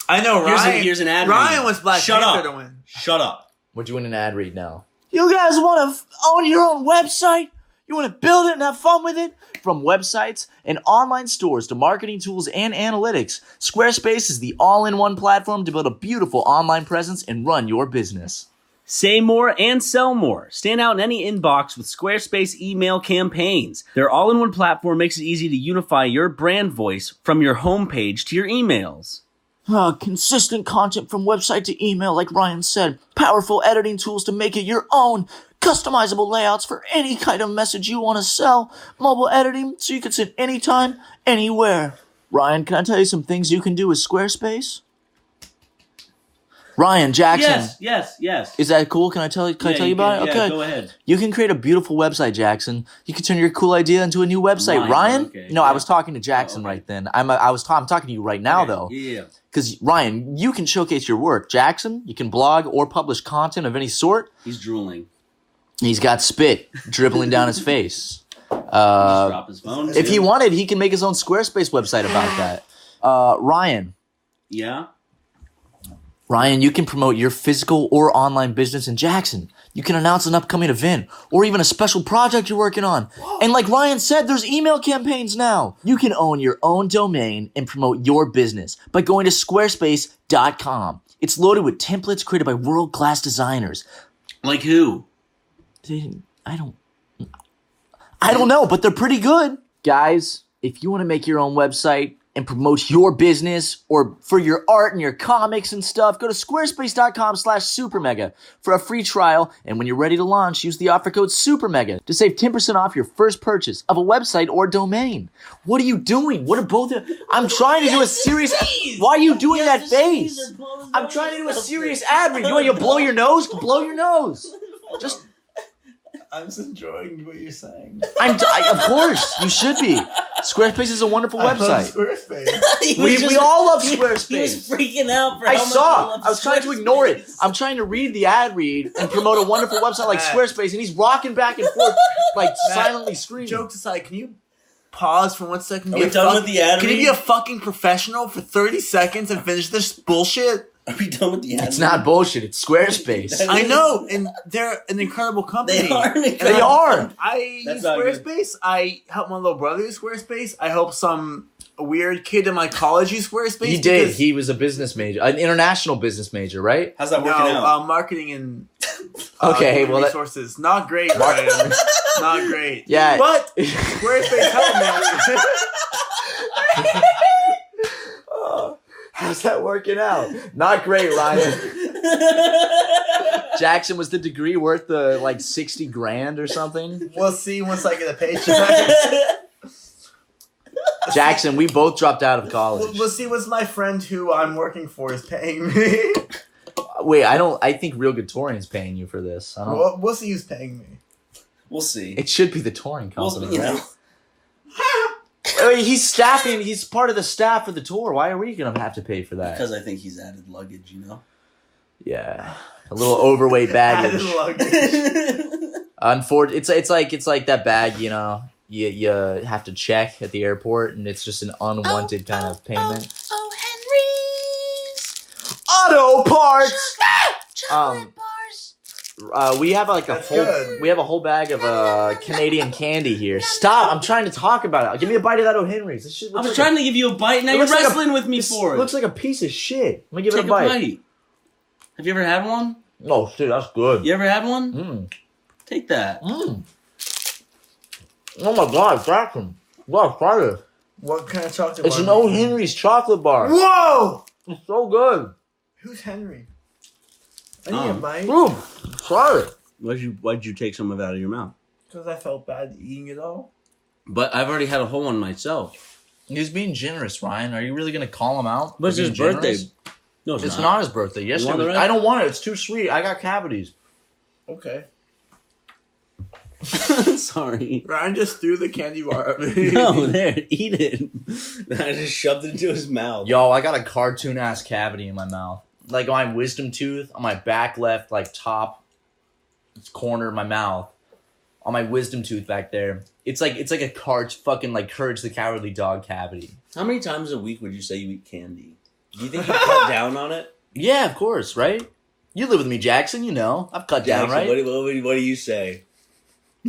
Speaker 4: I know.
Speaker 2: here's, a,
Speaker 4: Ryan.
Speaker 2: here's an ad.
Speaker 4: Ryan
Speaker 2: read.
Speaker 4: wants Black
Speaker 2: Shut
Speaker 4: Panther
Speaker 2: up.
Speaker 4: to win.
Speaker 2: Shut up.
Speaker 3: We're doing an ad read now.
Speaker 1: You guys want to f- own your own website? You want to build it and have fun with it?
Speaker 3: From websites and online stores to marketing tools and analytics, Squarespace is the all in one platform to build a beautiful online presence and run your business.
Speaker 2: Say more and sell more. Stand out in any inbox with Squarespace email campaigns. Their all in one platform makes it easy to unify your brand voice from your homepage to your emails.
Speaker 1: Huh, Uh, consistent content from website to email, like Ryan said. Powerful editing tools to make it your own. Customizable layouts for any kind of message you want to sell. Mobile editing so you can send anytime, anywhere. Ryan, can I tell you some things you can do with Squarespace? Ryan Jackson.
Speaker 2: Yes, yes, yes.
Speaker 1: Is that cool? Can I tell you? Can I
Speaker 2: Yeah,
Speaker 1: tell
Speaker 2: you
Speaker 1: you about
Speaker 2: can-
Speaker 1: it?
Speaker 2: yeah,
Speaker 1: okay.
Speaker 2: go ahead.
Speaker 1: You can create a beautiful website, Jackson. You can turn your cool idea into a new website,
Speaker 2: Mine,
Speaker 1: Ryan.
Speaker 2: okay,
Speaker 1: No,
Speaker 2: yeah. Oh,
Speaker 1: I was talking to Jackson
Speaker 2: okay.
Speaker 1: right then. I'm. I was. Ta- I'm talking to you right now, though.
Speaker 2: Yeah.
Speaker 1: Because Ryan, you can showcase your work. Jackson, you can blog or publish content of any sort.
Speaker 2: He's drooling.
Speaker 1: He's got spit dribbling down his face.
Speaker 2: Just drop his phone.
Speaker 1: If he
Speaker 2: too.
Speaker 1: wanted, he can make his own Squarespace website about that. Uh, Ryan,
Speaker 2: yeah.
Speaker 1: Ryan, you can promote your physical or online business in Jackson. You can announce an upcoming event or even a special project you're working on. And like Ryan said, there's email campaigns now. You can own your own domain and promote your business by going to squarespace.com. It's loaded with templates created by world class designers.
Speaker 2: Like who?
Speaker 1: They- I don't I don't know, but they're pretty good. Guys, if you want to make your own website and promote your business or for your art and your comics and stuff, go to squarespace.com slash supermega for a free trial. And when you're ready to launch, use the offer code supermega to save 10% off your first purchase of a website or domain. What are you doing? What are both of I'm trying to do a serious... Why are you doing that face? <laughs> I'm trying to do a serious ad read. You want you to blow your nose? Blow your nose. Just
Speaker 4: I'm just enjoying what you're saying.
Speaker 3: I'm, I, of course, you should be. Squarespace is a wonderful
Speaker 4: I love <laughs>
Speaker 3: website.
Speaker 4: Squarespace.
Speaker 2: He was
Speaker 3: We,
Speaker 2: just-
Speaker 3: we all love
Speaker 2: He was
Speaker 3: Squarespace.
Speaker 2: freaking out for
Speaker 3: I
Speaker 2: how much he
Speaker 3: saw.
Speaker 2: loved
Speaker 3: I was trying to
Speaker 2: Squarespace.
Speaker 3: ignore it. I'm trying to read the ad read and promote a wonderful website
Speaker 4: <laughs>
Speaker 3: like
Speaker 4: Matt.
Speaker 3: Squarespace, and he's rocking back and forth, like
Speaker 4: Matt,
Speaker 3: silently screaming.
Speaker 4: Jokes aside, can you pause for one second?
Speaker 2: Are
Speaker 4: Be
Speaker 2: we
Speaker 4: a
Speaker 2: done
Speaker 4: fuck-
Speaker 2: with the ad
Speaker 4: Can you
Speaker 2: read?
Speaker 4: be a fucking professional for 30 seconds and finish this
Speaker 2: <laughs>
Speaker 4: bullshit?
Speaker 2: Are we done with the ad?
Speaker 3: It's not bullshit. It's Squarespace.
Speaker 2: That
Speaker 4: I
Speaker 2: is-
Speaker 4: know, and they're an incredible company.
Speaker 2: They are.
Speaker 3: they are.
Speaker 4: I
Speaker 2: That's
Speaker 4: use
Speaker 2: not good.
Speaker 4: Squarespace. I help my little brother use Squarespace. I help some weird kid in my college use Squarespace.
Speaker 3: He did.
Speaker 4: because-
Speaker 3: He was a business major, an international business major, right?
Speaker 2: How's that
Speaker 4: no,
Speaker 2: working out?
Speaker 4: uh, marketing and uh,
Speaker 3: Okay, well, that-
Speaker 4: resources. Not great,
Speaker 3: <laughs>
Speaker 4: Ryan. Not great.
Speaker 3: Yeah. <laughs>
Speaker 4: But Squarespace helped me.
Speaker 3: How's that working out? Not great,
Speaker 4: <laughs>
Speaker 3: Ryan. Jackson, was the degree worth the like sixty grand or something?
Speaker 4: We'll see once I get a paycheck. <laughs>
Speaker 3: Jackson, we both dropped out of
Speaker 4: we'll,
Speaker 3: college.
Speaker 4: we'll see what's my friend who I'm working for is paying me.
Speaker 3: Wait, I don't. I think Real Good Touring's paying you for this. I don't,
Speaker 4: we'll, we'll see who's paying me.
Speaker 2: we'll see.
Speaker 3: it should be the touring
Speaker 2: We'll,
Speaker 3: company.
Speaker 2: you
Speaker 3: right?
Speaker 2: know, <laughs>
Speaker 3: I mean, he's staffing. He's part of the staff for the tour. Why are we gonna have to pay for that?
Speaker 2: because I think he's added luggage. You <laughs> know.
Speaker 3: Yeah, a little
Speaker 4: <laughs>
Speaker 3: overweight baggage.
Speaker 4: Added luggage.
Speaker 3: Unfortunately, it's it's like it's like that bag, you know, you you have to check at the airport, and it's just an unwanted kind of payment.
Speaker 1: Oh, Henry's
Speaker 3: Auto parts.
Speaker 1: chocolate
Speaker 3: Um,
Speaker 1: bars.
Speaker 3: Uh, we have like a
Speaker 4: That's
Speaker 3: whole
Speaker 4: good.
Speaker 3: we have a whole bag of uh Canadian candy here. Stop! I'm trying to talk about it. Give me a bite of that O. Henry's. This shit
Speaker 2: I'm
Speaker 3: looks like
Speaker 2: trying to give you a bite. Now
Speaker 3: It
Speaker 2: you're
Speaker 3: looks like a-
Speaker 2: wrestling with
Speaker 3: a,
Speaker 2: me
Speaker 3: this
Speaker 2: for it.
Speaker 3: Looks like a piece of shit. Let me give
Speaker 2: Take
Speaker 3: it a bite.
Speaker 2: Have you ever had one?
Speaker 3: Oh, dude, that's good.
Speaker 2: You ever had one?
Speaker 3: Mm.
Speaker 2: Take that.
Speaker 3: Mm. Oh my god, Jackson. Wow, try this.
Speaker 4: What kind of chocolate?
Speaker 3: It's
Speaker 4: bar am
Speaker 3: an
Speaker 4: I
Speaker 3: O.
Speaker 4: eating?
Speaker 3: Henry's chocolate bar.
Speaker 4: Whoa!
Speaker 3: It's so good.
Speaker 4: Who's Henry? I need
Speaker 2: Um,
Speaker 4: a bite
Speaker 3: Ooh, try it.
Speaker 2: Why'd you Why'd you take some of it out of your mouth?
Speaker 4: because I felt bad eating it all.
Speaker 2: But I've already had a whole one myself.
Speaker 3: He was being generous, Ryan. Are you really gonna call him out?
Speaker 2: But it's
Speaker 3: for
Speaker 2: his
Speaker 3: being
Speaker 2: birthday.
Speaker 3: generous?
Speaker 2: No, it's,
Speaker 3: It's
Speaker 2: not.
Speaker 3: not his birthday. Yesterday,
Speaker 2: want the
Speaker 3: was-
Speaker 2: rest?
Speaker 3: I don't want it. It's too sweet. I got cavities.
Speaker 4: Okay.
Speaker 2: <laughs> <laughs> Sorry.
Speaker 4: Ryan just threw the candy bar at me.
Speaker 2: <laughs> No, there, eat it. <laughs> I just shoved it into his mouth.
Speaker 3: Yo, I got a cartoon ass cavity in my mouth, like on my wisdom tooth, on my back left, like top corner of my mouth, on my wisdom tooth back there. It's like it's like a cart fucking like courage the cowardly dog cavity.
Speaker 2: How many times a week would you say you eat candy? Do you <laughs> think you cut down on it?
Speaker 3: Yeah, of course, right? You live with me, Jackson. You know I've cut down,
Speaker 2: Jackson,
Speaker 3: right?
Speaker 2: What, do- what, do- what do you say?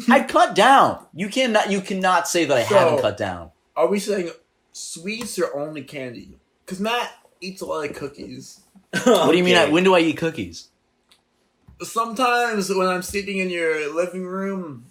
Speaker 3: I cut down. You cannot. You cannot say that I
Speaker 4: So-
Speaker 3: haven't cut down.
Speaker 4: Are we saying sweets or only candy? Because Matt eats a lot of cookies.
Speaker 3: What do you mean? I, when do I eat cookies?
Speaker 4: Sometimes when I'm sitting in your living room,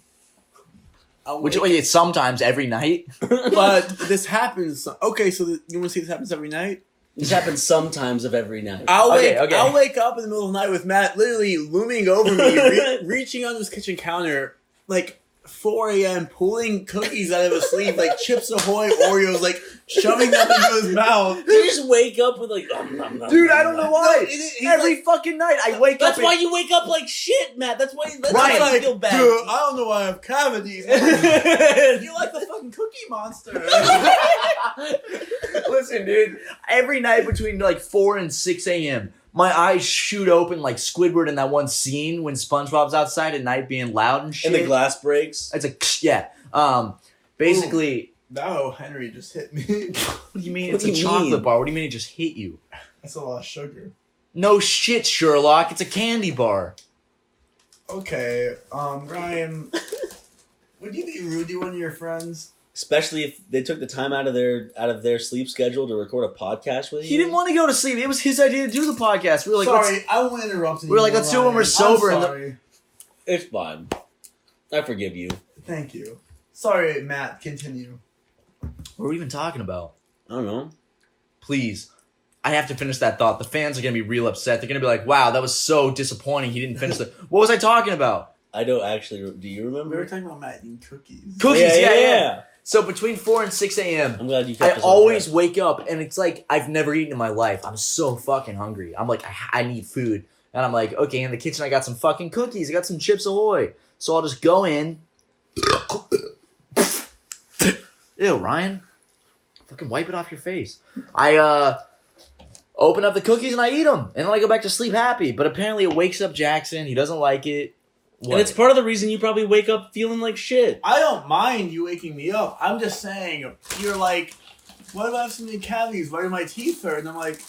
Speaker 4: I'll
Speaker 3: Which
Speaker 4: wait.
Speaker 3: wait, it's sometimes every night.
Speaker 4: but this happens. Okay, so th- you want to see this happens every night?
Speaker 2: This happens sometimes of every night.
Speaker 4: I'll
Speaker 3: Okay,
Speaker 4: wake.
Speaker 3: okay.
Speaker 4: I'll wake up in the middle of the night with Matt literally looming over me, <laughs> re- reaching on his kitchen counter like 4 a.m. pulling cookies out of his sleeve, like Chips Ahoy Oreos, like shoving them into his mouth.
Speaker 2: you just wake up with like, nom, nom, nom, nom, nom.
Speaker 3: why.
Speaker 4: it is- he's
Speaker 3: every fucking night I wake
Speaker 2: That's
Speaker 3: up.
Speaker 2: why you wake up like shit, Matt. That's why. That's
Speaker 4: Ryan,
Speaker 2: why you
Speaker 4: like,
Speaker 2: feel bad.
Speaker 4: dude, I don't know why I have cavities. you <laughs> like the fucking Cookie Monster. <laughs>
Speaker 3: Listen, dude. Every night between like four and six a.m., my eyes shoot open like Squidward in that one scene when SpongeBob's outside at night being loud and shit.
Speaker 2: and the glass breaks.
Speaker 3: It's like <sniffs> yeah. Um, basically,
Speaker 4: no, Henry just hit me. <laughs>
Speaker 3: what do you mean?
Speaker 2: What
Speaker 3: it's
Speaker 2: do
Speaker 3: a
Speaker 2: you
Speaker 3: chocolate
Speaker 2: mean?
Speaker 3: bar. What do you mean it just hit you?
Speaker 4: That's a lot of sugar.
Speaker 3: No shit, Sherlock. It's a candy bar.
Speaker 4: Okay, um, <laughs> Ryan, would you be rude to one of your friends?
Speaker 2: Especially if they took the time out of their out of their sleep schedule to record a podcast with you.
Speaker 3: He didn't want to go to sleep. It was his idea to do the podcast. We were like, let's-
Speaker 4: sorry, I won't interrupt you.
Speaker 3: we're like, let's do it when we're
Speaker 4: Ryan.
Speaker 3: sober
Speaker 4: I'm
Speaker 3: and the-
Speaker 4: sorry.
Speaker 2: It's fine. I forgive you.
Speaker 4: Thank you. Sorry, Matt. Continue.
Speaker 3: what are we even talking about?
Speaker 2: I don't know.
Speaker 3: Please. I have to finish that thought. The fans are going to be real upset. They're going to be like, wow, that was so disappointing. He didn't finish the. What was I talking about?
Speaker 2: I don't actually. Do you
Speaker 4: We were
Speaker 2: remember?
Speaker 4: talking about Matt eating cookies.
Speaker 3: Cookies, yeah, yeah.
Speaker 2: yeah.
Speaker 3: So between 4 and 6
Speaker 2: I'm
Speaker 3: a.m.,
Speaker 2: glad you. Kept
Speaker 3: I
Speaker 2: us on
Speaker 3: always
Speaker 2: track.
Speaker 3: wake up and it's like, I've never eaten in my life. I'm so fucking hungry. I'm like, I, I need food. And I'm like, okay, in the kitchen, I got some fucking cookies. I got some Chips Ahoy. So I'll just go in. Ew, Ryan. Fucking wipe it off your face. I uh open up the cookies and I eat them. And then I go back to sleep happy. But apparently it wakes up Jackson. He doesn't like it.
Speaker 1: And it's part of the reason you probably wake up feeling like shit.
Speaker 4: I don't mind you waking me up. I'm just saying, you're like, what if I have so many cavities? Why do my teeth hurt? And I'm like,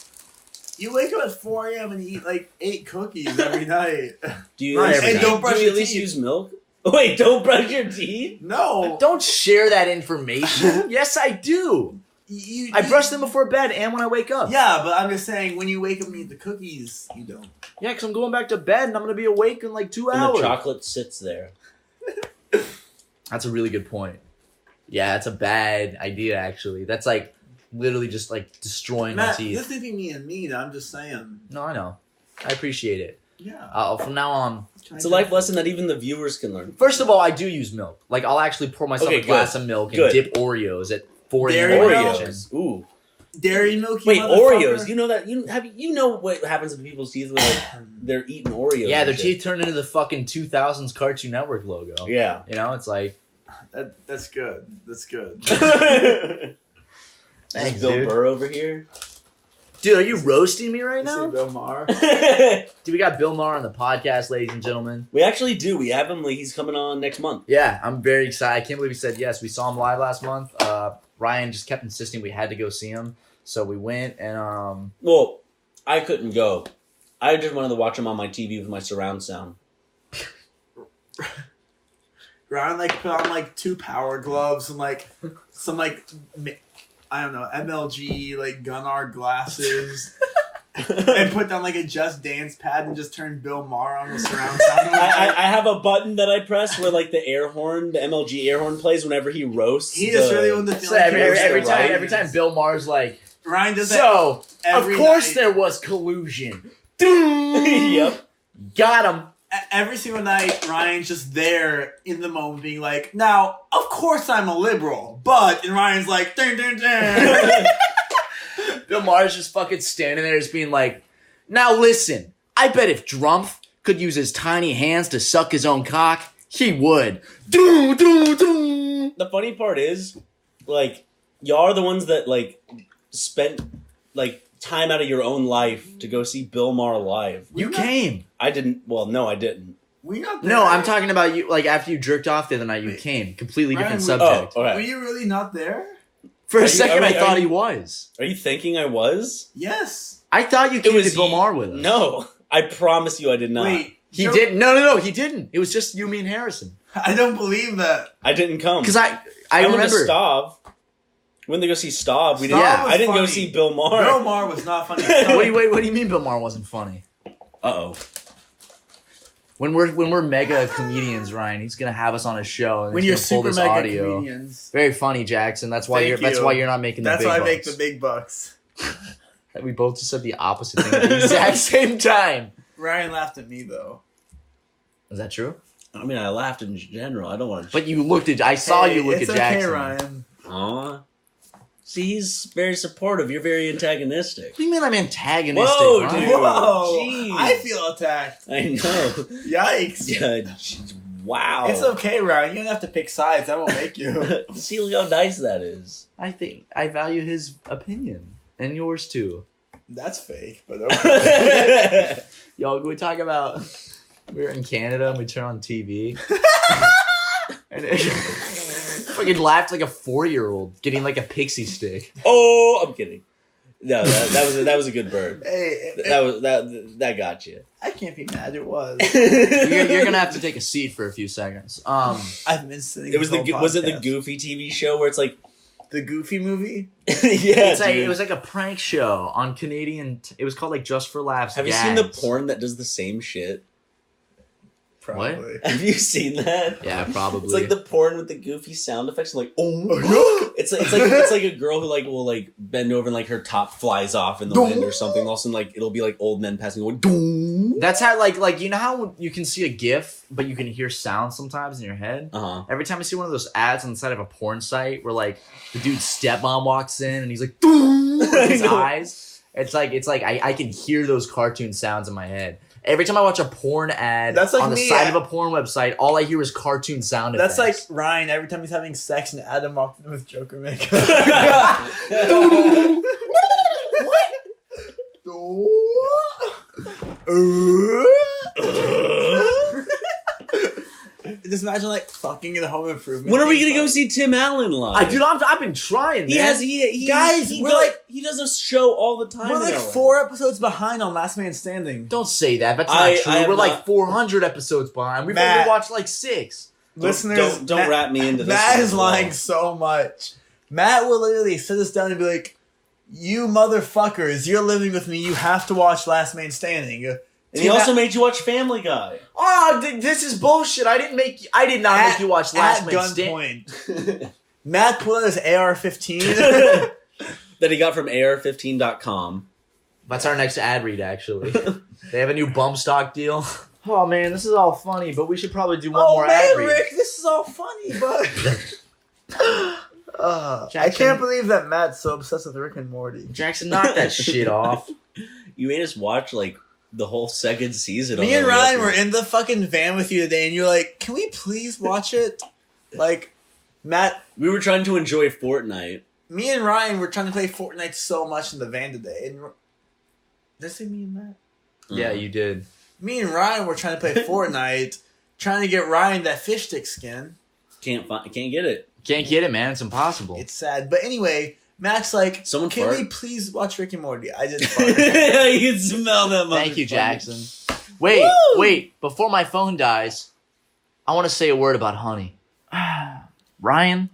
Speaker 4: you wake up at 4 a.m. and eat like eight cookies <laughs> every night.
Speaker 1: Do you,
Speaker 4: Right,
Speaker 1: at least-
Speaker 4: and don't brush
Speaker 1: do you
Speaker 4: your
Speaker 1: at least
Speaker 4: teeth.
Speaker 2: <laughs>
Speaker 1: use milk? Wait, don't brush your teeth?
Speaker 4: no.
Speaker 3: Don't share that information. yes, I do.
Speaker 4: You,
Speaker 3: I
Speaker 4: you-
Speaker 3: brush them before bed and when I wake up.
Speaker 4: Yeah, but I'm just saying, when you wake up and eat the cookies, you don't.
Speaker 3: Yeah, because I'm going back to bed and I'm going to be awake in like two
Speaker 1: And
Speaker 3: hours.
Speaker 1: the chocolate sits there.
Speaker 3: That's a really good point. Yeah, that's a bad idea, actually. That's like literally just like destroying my
Speaker 4: Matt,
Speaker 3: teeth.
Speaker 4: this isn't me and mean. I'm just saying.
Speaker 3: No, I know. I appreciate it.
Speaker 4: Yeah.
Speaker 3: Uh, from now on,
Speaker 1: It's a life lesson that even the viewers can learn.
Speaker 3: first of all, I do use milk. Like I'll actually pour myself
Speaker 1: Okay,
Speaker 3: a glass
Speaker 1: good.
Speaker 3: of milk and
Speaker 1: Good.
Speaker 3: dip Oreos at four in the
Speaker 4: Dairy
Speaker 3: morning.
Speaker 4: milk?
Speaker 3: Oreos.
Speaker 1: Ooh.
Speaker 4: Dairy milk. you
Speaker 1: Wait,
Speaker 4: motherfucker.
Speaker 1: Oreos. You know that you have you know what happens to people's teeth when like, they're eating Oreos.
Speaker 3: Yeah,
Speaker 1: and
Speaker 3: their
Speaker 1: shit.
Speaker 3: teeth turn into the fucking two thousands Cartoon Network logo. <laughs>
Speaker 1: Yeah.
Speaker 3: You know, it's like
Speaker 4: That, that's good. That's
Speaker 3: <laughs>
Speaker 4: good.
Speaker 3: Thanks,
Speaker 1: Is Bill
Speaker 3: dude.
Speaker 1: Burr over
Speaker 3: <laughs>
Speaker 1: here.
Speaker 3: Dude, are you roasting me right
Speaker 4: You say
Speaker 3: now?
Speaker 4: Bill Maher.
Speaker 3: Dude, we got Bill Maher on the podcast, ladies and gentlemen.
Speaker 1: we actually do. We have him. Like, he's coming on next month.
Speaker 3: Yeah, I'm very excited. I can't believe he said yes. We saw him live last month. Uh, Ryan just kept insisting we had to go see him, so we went. And um,
Speaker 1: Well, I couldn't go. I just wanted to watch him on my TV with my
Speaker 3: <laughs>
Speaker 1: surround sound.
Speaker 4: Ryan like put on like two power gloves and like some like mi- I don't know MLG like Gunnar glasses
Speaker 3: <laughs>
Speaker 4: and put down like a Just Dance pad and just turned Bill Maher on the surround sound.
Speaker 1: I, I, I have a button that I press where like the air horn, the MLG air horn plays whenever he roasts.
Speaker 4: he just
Speaker 1: the-
Speaker 4: really wanted to feel
Speaker 3: so
Speaker 4: like
Speaker 3: every,
Speaker 4: he
Speaker 3: every,
Speaker 4: was
Speaker 3: every
Speaker 4: the
Speaker 3: time,
Speaker 4: right.
Speaker 3: every time Bill Maher's like,
Speaker 4: Ryan does that.
Speaker 3: so of
Speaker 4: every
Speaker 3: course
Speaker 4: night.
Speaker 3: there was collusion. <laughs> Doom.
Speaker 1: yep.
Speaker 3: Got him.
Speaker 4: e- every single night, Ryan's just there in the moment, being like, "Now, of course, I'm a liberal," but and Ryan's like, dun, dun,
Speaker 3: <laughs>
Speaker 4: dun.
Speaker 3: Bill Maher's just fucking standing there, just being like, "Now listen, I bet if Drumpf could use his tiny hands to suck his own cock, he would." Doom, doom, doom.
Speaker 1: <laughs> The funny part is, like, y'all are the ones that like spent like time out of your own life to go see Bill Maher live.
Speaker 3: You came.
Speaker 1: I didn't. Well, no, I didn't.
Speaker 4: we not there.
Speaker 3: No, I'm talking about you. Like after you jerked off the other night, you came. Completely
Speaker 4: Ryan,
Speaker 3: different
Speaker 4: we-
Speaker 3: subject.
Speaker 1: Oh,
Speaker 4: Were
Speaker 1: okay.
Speaker 4: you really not there?
Speaker 3: For
Speaker 1: Are
Speaker 3: a
Speaker 1: you-
Speaker 3: second,
Speaker 1: are
Speaker 3: I
Speaker 1: you-
Speaker 3: thought
Speaker 1: are
Speaker 3: he
Speaker 1: you-
Speaker 3: was.
Speaker 1: Are you thinking I was?
Speaker 4: Yes.
Speaker 3: I thought you came to Bill
Speaker 1: you-
Speaker 3: Maher with us.
Speaker 1: No, I promise you, I did not.
Speaker 4: Wait,
Speaker 3: he
Speaker 4: Joe-
Speaker 3: didn't. No, no, no, he didn't. It was just you, me, and Harrison.
Speaker 4: <laughs> I don't believe that.
Speaker 1: I didn't come
Speaker 3: Because I, I,
Speaker 1: went
Speaker 3: remember.
Speaker 1: to Stav. When they go see Stav, we
Speaker 4: Stav
Speaker 1: didn't.
Speaker 3: Yeah.
Speaker 4: was
Speaker 1: I didn't go
Speaker 4: funny.
Speaker 1: see Bill Maher.
Speaker 4: Bill Maher was not
Speaker 1: <laughs>
Speaker 4: funny.
Speaker 3: What do you wait? What do you mean Bill Maher wasn't funny?
Speaker 1: Uh oh.
Speaker 3: When we're when we're mega comedians, Ryan, he's gonna have us on a show and
Speaker 4: when
Speaker 3: he's
Speaker 4: you're
Speaker 3: gonna
Speaker 4: super
Speaker 3: pull this
Speaker 4: mega
Speaker 3: audio.
Speaker 4: comedians.
Speaker 3: Very funny, Jackson. That's why
Speaker 4: Thank
Speaker 3: you're. That's
Speaker 4: you.
Speaker 3: why you're not making the
Speaker 4: That's
Speaker 3: big
Speaker 4: why I make
Speaker 3: bucks.
Speaker 4: the big bucks.
Speaker 3: We both just said the opposite thing at the exact same time.
Speaker 4: Ryan laughed at me though.
Speaker 3: Is that true?
Speaker 1: I mean, I laughed in general. I
Speaker 2: <laughs>
Speaker 1: don't want to.
Speaker 3: But you looked at. I saw
Speaker 4: Hey,
Speaker 3: you look
Speaker 4: it's
Speaker 3: at
Speaker 4: okay,
Speaker 3: Jackson.
Speaker 4: Ryan.
Speaker 1: Aw. See, he's very supportive. You're very antagonistic.
Speaker 3: What do you mean I'm antagonistic?
Speaker 1: Whoa,
Speaker 3: Ryan?
Speaker 1: dude.
Speaker 4: Whoa!
Speaker 1: Jeez.
Speaker 4: I feel attacked.
Speaker 1: I know.
Speaker 4: Yikes!
Speaker 1: Judge. Wow.
Speaker 4: It's okay, Ryan. You don't have to pick sides. I won't make
Speaker 3: <laughs>
Speaker 4: you.
Speaker 1: <laughs> See look how nice that is.
Speaker 3: I think I value his opinion and yours too.
Speaker 4: That's fake,
Speaker 3: <laughs>
Speaker 4: but okay.
Speaker 3: Yo, we talk about <laughs> we were in Canada and we turn on
Speaker 1: <laughs>
Speaker 3: TV. and it, fucking laughed like a four year old getting like a pixie stick.
Speaker 1: <laughs> oh, I'm kidding. No, that, that was a, that was a good bird.
Speaker 4: hey, it-
Speaker 1: That was that that got you.
Speaker 4: I can't be mad. It was.
Speaker 3: You're, you're
Speaker 1: <laughs>
Speaker 3: gonna have to take a seat for a few seconds. Um,
Speaker 4: I've been sitting.
Speaker 1: It was the
Speaker 4: this
Speaker 1: go-
Speaker 4: whole
Speaker 1: was it the
Speaker 4: podcast.
Speaker 1: Goofy TV show where it's <laughs> like
Speaker 4: the Goofy movie?
Speaker 1: <laughs> yeah.
Speaker 3: it's like,
Speaker 1: dude.
Speaker 3: it was like a prank show on Canadian. T- it was called like Just for Laughs.
Speaker 1: Have you seen the
Speaker 3: Gags.
Speaker 1: porn that does the same shit?
Speaker 4: Probably.
Speaker 1: Have you seen that?
Speaker 3: Yeah, probably.
Speaker 1: It's like the porn with the goofy sound effects. Like oh,
Speaker 4: Oh,
Speaker 1: it's like it's like it's like a girl who like will like bend over and like her top flies off in the wind or something. All of a sudden, like it'll be like old men passing going. Doom.
Speaker 3: That's how like like you know how you can see a GIF, but you can hear sound sometimes in your head.
Speaker 1: Uh huh.
Speaker 3: Every time I see one of those ads on the side of a porn site where like the dude's stepmom walks in and he's like <laughs> "Doo," with his
Speaker 1: I know.
Speaker 3: eyes, it's like it's like I, I can hear those cartoon sounds in my head. Every time I watch a porn ad
Speaker 4: That's like
Speaker 3: on the
Speaker 4: me,
Speaker 3: side
Speaker 4: I-
Speaker 3: of a porn website, all I hear is cartoon sound
Speaker 4: That's like
Speaker 3: effects.
Speaker 4: Ryan every time he's having sex and Adam walks in with Joker makeup. Just imagine like fucking in the home improvement.
Speaker 1: When are we gonna go see Tim Allen live?
Speaker 3: I dude, I'm, I've been trying.
Speaker 1: He
Speaker 3: man.
Speaker 1: has he, he
Speaker 4: Guys,
Speaker 1: He
Speaker 4: we're
Speaker 1: does,
Speaker 4: like-
Speaker 1: he does a show all the time.
Speaker 4: We're
Speaker 1: in
Speaker 4: like
Speaker 1: LA.
Speaker 4: four episodes behind on Last Man Standing.
Speaker 3: Don't say that. That's not
Speaker 1: I-
Speaker 3: true.
Speaker 1: I am
Speaker 3: We're like
Speaker 1: not-
Speaker 3: 400 episodes behind. We've
Speaker 4: Matt.
Speaker 3: only watched like six.
Speaker 1: Don't- don't don't
Speaker 4: Matt,
Speaker 1: wrap me into this.
Speaker 4: Matt
Speaker 1: one
Speaker 4: is
Speaker 1: as well.
Speaker 4: lying so much. Matt will literally sit us down and be like, "You motherfuckers, you're living with me. You have to watch Last Man Standing."
Speaker 1: And he also made you watch Family Guy.
Speaker 3: Oh, th- this is bullshit. I didn't make. You, I did not make you watch Last Man Standing.
Speaker 1: <laughs>
Speaker 4: gunpoint. Matt pulled out his <laughs> AR-15.
Speaker 1: <laughs> that he <laughs> got from AR15.com.
Speaker 3: That's our next ad read, <laughs> actually. they have a new bump stock deal. Oh man, this is all funny, but we should probably do one more ad read.
Speaker 4: Oh, this is all funny,
Speaker 1: <laughs>
Speaker 4: <laughs> but. Uh, I
Speaker 3: Jackson-
Speaker 4: can't believe that Matt's so obsessed with Rick and Morty.
Speaker 3: Jackson, knock <laughs> that shit off.
Speaker 1: You made us watch like the whole second season. on
Speaker 4: Me
Speaker 1: the
Speaker 4: and
Speaker 1: way up
Speaker 4: Ryan
Speaker 1: here.
Speaker 4: were in the fucking van with you today, and you're like, "Can we please watch
Speaker 3: <laughs>
Speaker 4: it?" Like, Matt,
Speaker 1: We were trying to enjoy Fortnite.
Speaker 4: me and Ryan were trying to play Fortnite so much in the van today, and did I say me and Matt?
Speaker 3: yeah, you did.
Speaker 4: Me and Ryan were trying to
Speaker 3: <laughs>
Speaker 4: play Fortnite, trying to get Ryan that fish stick skin.
Speaker 1: Can't find. Can't
Speaker 2: <laughs>
Speaker 1: get it.
Speaker 3: Can't get it, man. It's impossible.
Speaker 4: It's sad, but anyway, Matt's like,
Speaker 1: Someone
Speaker 4: "Can
Speaker 1: fart.
Speaker 4: we please watch Rick and Morty?" I
Speaker 3: <laughs>
Speaker 4: just
Speaker 1: you
Speaker 4: farted.
Speaker 2: <laughs>
Speaker 1: can smell that.
Speaker 3: Thank you,
Speaker 1: motherfucker.
Speaker 3: Jackson. Wait, wait. Before my phone dies, I want to say a word about honey. <sighs> Ryan,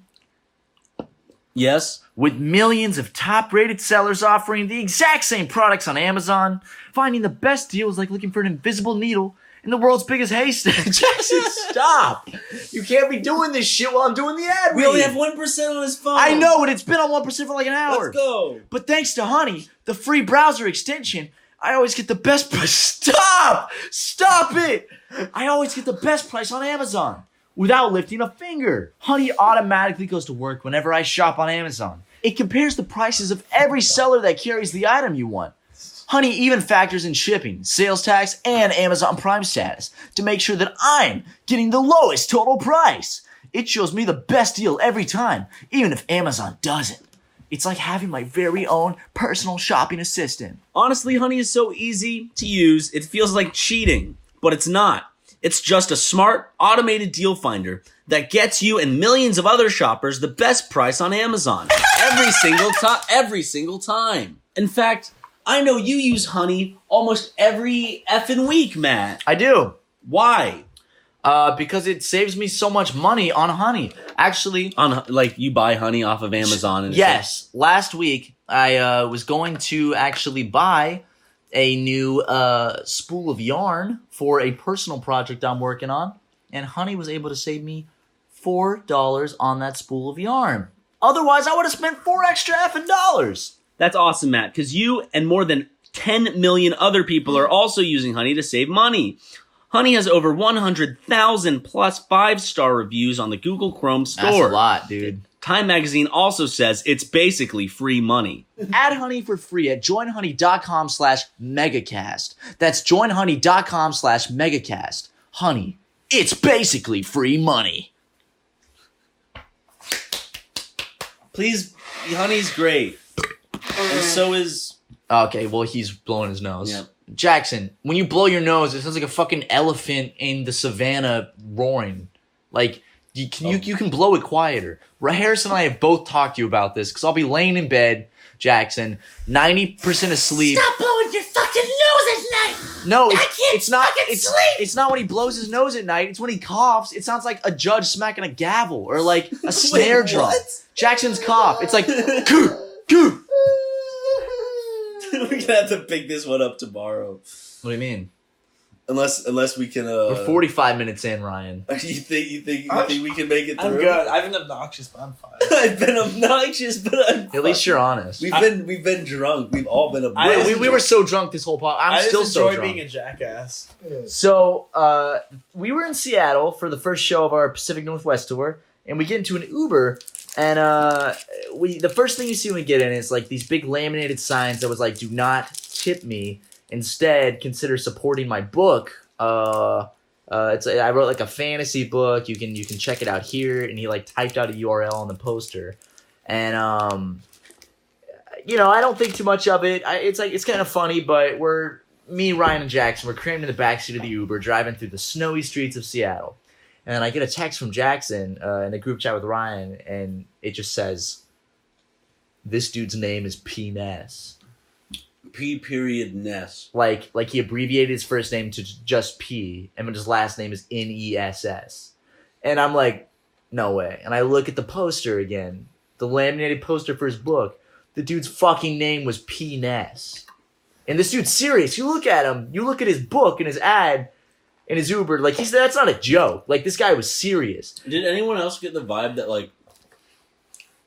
Speaker 1: Yes.
Speaker 3: With millions of top rated sellers offering the exact same products on Amazon, finding the best deal is like looking for an invisible needle in the world's biggest <laughs> haystack. Jackson, stop! You can't be doing this shit while I'm doing the ad.
Speaker 1: We
Speaker 3: read.
Speaker 1: only have one percent on his phone.
Speaker 3: I know, and it's been on 1% for like an hour.
Speaker 1: Let's go.
Speaker 3: But thanks to Honey, the free browser extension, I always get the best price. <laughs> Stop! Stop it! I always get the best price on Amazon without lifting a finger. Honey automatically goes to work whenever I shop on Amazon. It compares the prices of every seller that carries the item you want. Honey even factors in shipping, sales tax, and Amazon Prime status to make sure that I'm getting the lowest total price. It shows me the best deal every time, even if Amazon doesn't. It's like having my very own personal shopping assistant.
Speaker 1: Honestly, Honey is so easy to use, it feels like cheating, but it's not. It's just a smart, automated deal finder that gets you and millions of other shoppers the best price on Amazon every single time. Every single time. In fact, I know you use Honey almost every effing week, Matt.
Speaker 3: I do.
Speaker 1: Why?
Speaker 3: Uh, because it saves me so much money on honey. Actually,
Speaker 1: On like you buy Honey off of Amazon and it's
Speaker 3: yes. Last week, I uh, was going to actually buy a new uh, spool of yarn for a personal project I'm working on, and honey was able to save me four dollars on that spool of yarn. Otherwise, I would have spent four extra effing dollars.
Speaker 1: That's awesome, Matt, because you and more than 10 million other people are also using Honey to save money. Honey has over 100,000 plus five star reviews on the Google Chrome store.
Speaker 3: That's a lot, dude.
Speaker 1: Time magazine also says it's basically free money.
Speaker 3: Add Honey for free at joinhoney.com slash megacast. That's joinhoney.com slash megacast. Honey, it's basically free money.
Speaker 1: Please, Honey's great. And so is.
Speaker 3: Okay, well, he's blowing his nose.
Speaker 1: Yeah.
Speaker 3: Jackson, when you blow your nose, it sounds like a fucking elephant in the savannah roaring. Like, you can,
Speaker 8: Oh.
Speaker 3: you, you can blow it quieter. Ra- Harris and I have both talked to you about this because I'll be laying in bed, Jackson, 90% asleep.
Speaker 8: Stop blowing your fucking nose at night.
Speaker 3: No, it's,
Speaker 8: can't
Speaker 3: it's not.
Speaker 8: fucking
Speaker 3: It's,
Speaker 8: sleep.
Speaker 3: it's not when he blows his nose at night. It's when he coughs. It sounds like a judge smacking a gavel or like
Speaker 8: <laughs>
Speaker 3: a snare drum. Jackson's cough. It's like, "Coo,
Speaker 8: <laughs>
Speaker 3: coo."
Speaker 1: <laughs> We're gonna have to pick this one up tomorrow,
Speaker 3: what do you mean?
Speaker 1: unless unless we can. Uh,
Speaker 3: We're 45 minutes in, Ryan.
Speaker 1: <laughs> You think you think
Speaker 4: I'm-
Speaker 1: we can make it
Speaker 4: I'm good. I've been obnoxious, but I'm fine.
Speaker 1: <laughs> I've been obnoxious, but I'm
Speaker 3: At least you're honest. We,
Speaker 1: We've been we've been drunk. We've all been
Speaker 4: I-
Speaker 1: obnoxious.
Speaker 3: we, we were so drunk this whole pod. I'm
Speaker 4: I
Speaker 3: still
Speaker 4: just
Speaker 3: so
Speaker 4: enjoy
Speaker 3: drunk.
Speaker 4: being a jackass.
Speaker 3: So uh, we were in Seattle for the first show of our Pacific Northwest tour, and we get into an Uber, and uh, we the first thing you see when we get in is like these big laminated signs that was like "Do not tip me," instead consider supporting my book. Uh, uh, it's I wrote like a fantasy book. You can you can check it out here. And he like typed out a URL on the poster, and um, you know I don't think too much of it. I, it's like it's kind of funny, but we're me, Ryan, and Jackson. We're crammed in the backseat of the Uber, driving through the snowy streets of Seattle, and I get a text from Jackson uh, in a group chat with Ryan, and it just says, "This dude's name is P E Ness."
Speaker 2: P period Ness.
Speaker 3: like like he abbreviated his first name to j- just P, and his last name is N E S S, and I'm like, no way. And I look at the poster again, the laminated poster for his book. The dude's fucking name was P Ness, and this dude's serious. You look at him, you look at his book and his ad, and his Uber. Like he's that's not a joke. Like this guy was serious.
Speaker 2: Did anyone else get the vibe that like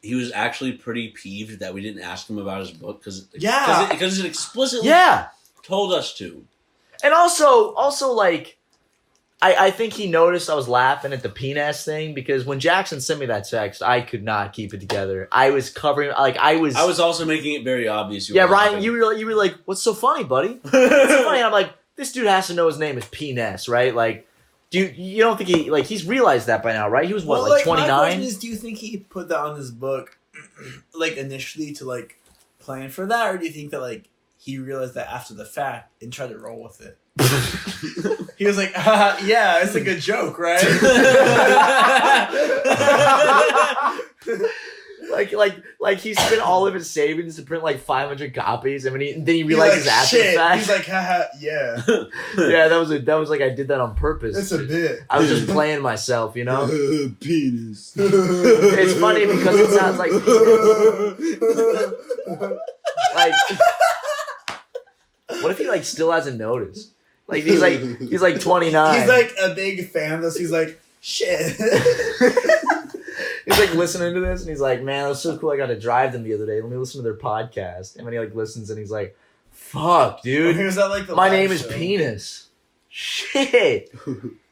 Speaker 2: he was actually pretty peeved that we didn't ask him about his book because
Speaker 4: Yeah.
Speaker 2: because it, explicitly
Speaker 3: Yeah.
Speaker 2: told us to.
Speaker 3: And also, also like, I, I think he noticed I was laughing at the penis thing because when Jackson sent me that text, I could not keep it together. I was covering, like, I was,
Speaker 2: I was also making it very obvious. you
Speaker 3: yeah,
Speaker 2: were
Speaker 3: Ryan,
Speaker 2: laughing.
Speaker 3: you were, you were like, what's so funny,
Speaker 4: <laughs>
Speaker 3: buddy? What's so funny? And I'm like, this dude has to know his name is penis, right? Like, do you, you don't think he, like, he's realized that by now, right? He was what,
Speaker 4: Well,
Speaker 3: like
Speaker 4: my question
Speaker 3: 29?
Speaker 4: Is do you think he put that on his book, <clears throat> like initially to like plan for that, or do you think that like he realized that after the fact and tried to roll with it? <laughs> he was like, uh, "Yeah, it's a good joke,
Speaker 3: <laughs>
Speaker 4: right?"
Speaker 3: Like, like, like he spent all of his savings to print like 500 copies, and when he, then he
Speaker 4: He's
Speaker 3: realizes
Speaker 4: like,
Speaker 3: after the
Speaker 4: "Shit."
Speaker 3: fact.
Speaker 4: He's like, "Haha, yeah,
Speaker 3: yeah, that was a, that was like I did that on purpose.
Speaker 4: it's a bit."
Speaker 3: I was just playing myself, you know.
Speaker 4: <laughs> penis.
Speaker 3: It's
Speaker 4: it's
Speaker 3: funny because it sounds like like. What if he like still hasn't noticed? Like he's like he's like twenty nine.
Speaker 4: He's like a big fan <laughs> of this. He's like, "Shit."
Speaker 3: <laughs> he's like listening to this and he's like, man, it was so cool. I got to drive them the other day. Let me listen to their podcast. And then he like listens and he's like, fuck,
Speaker 4: He
Speaker 3: dude,
Speaker 4: was at, like, the
Speaker 3: my
Speaker 4: live
Speaker 3: name is
Speaker 4: show.
Speaker 3: Penis. Shit. <laughs>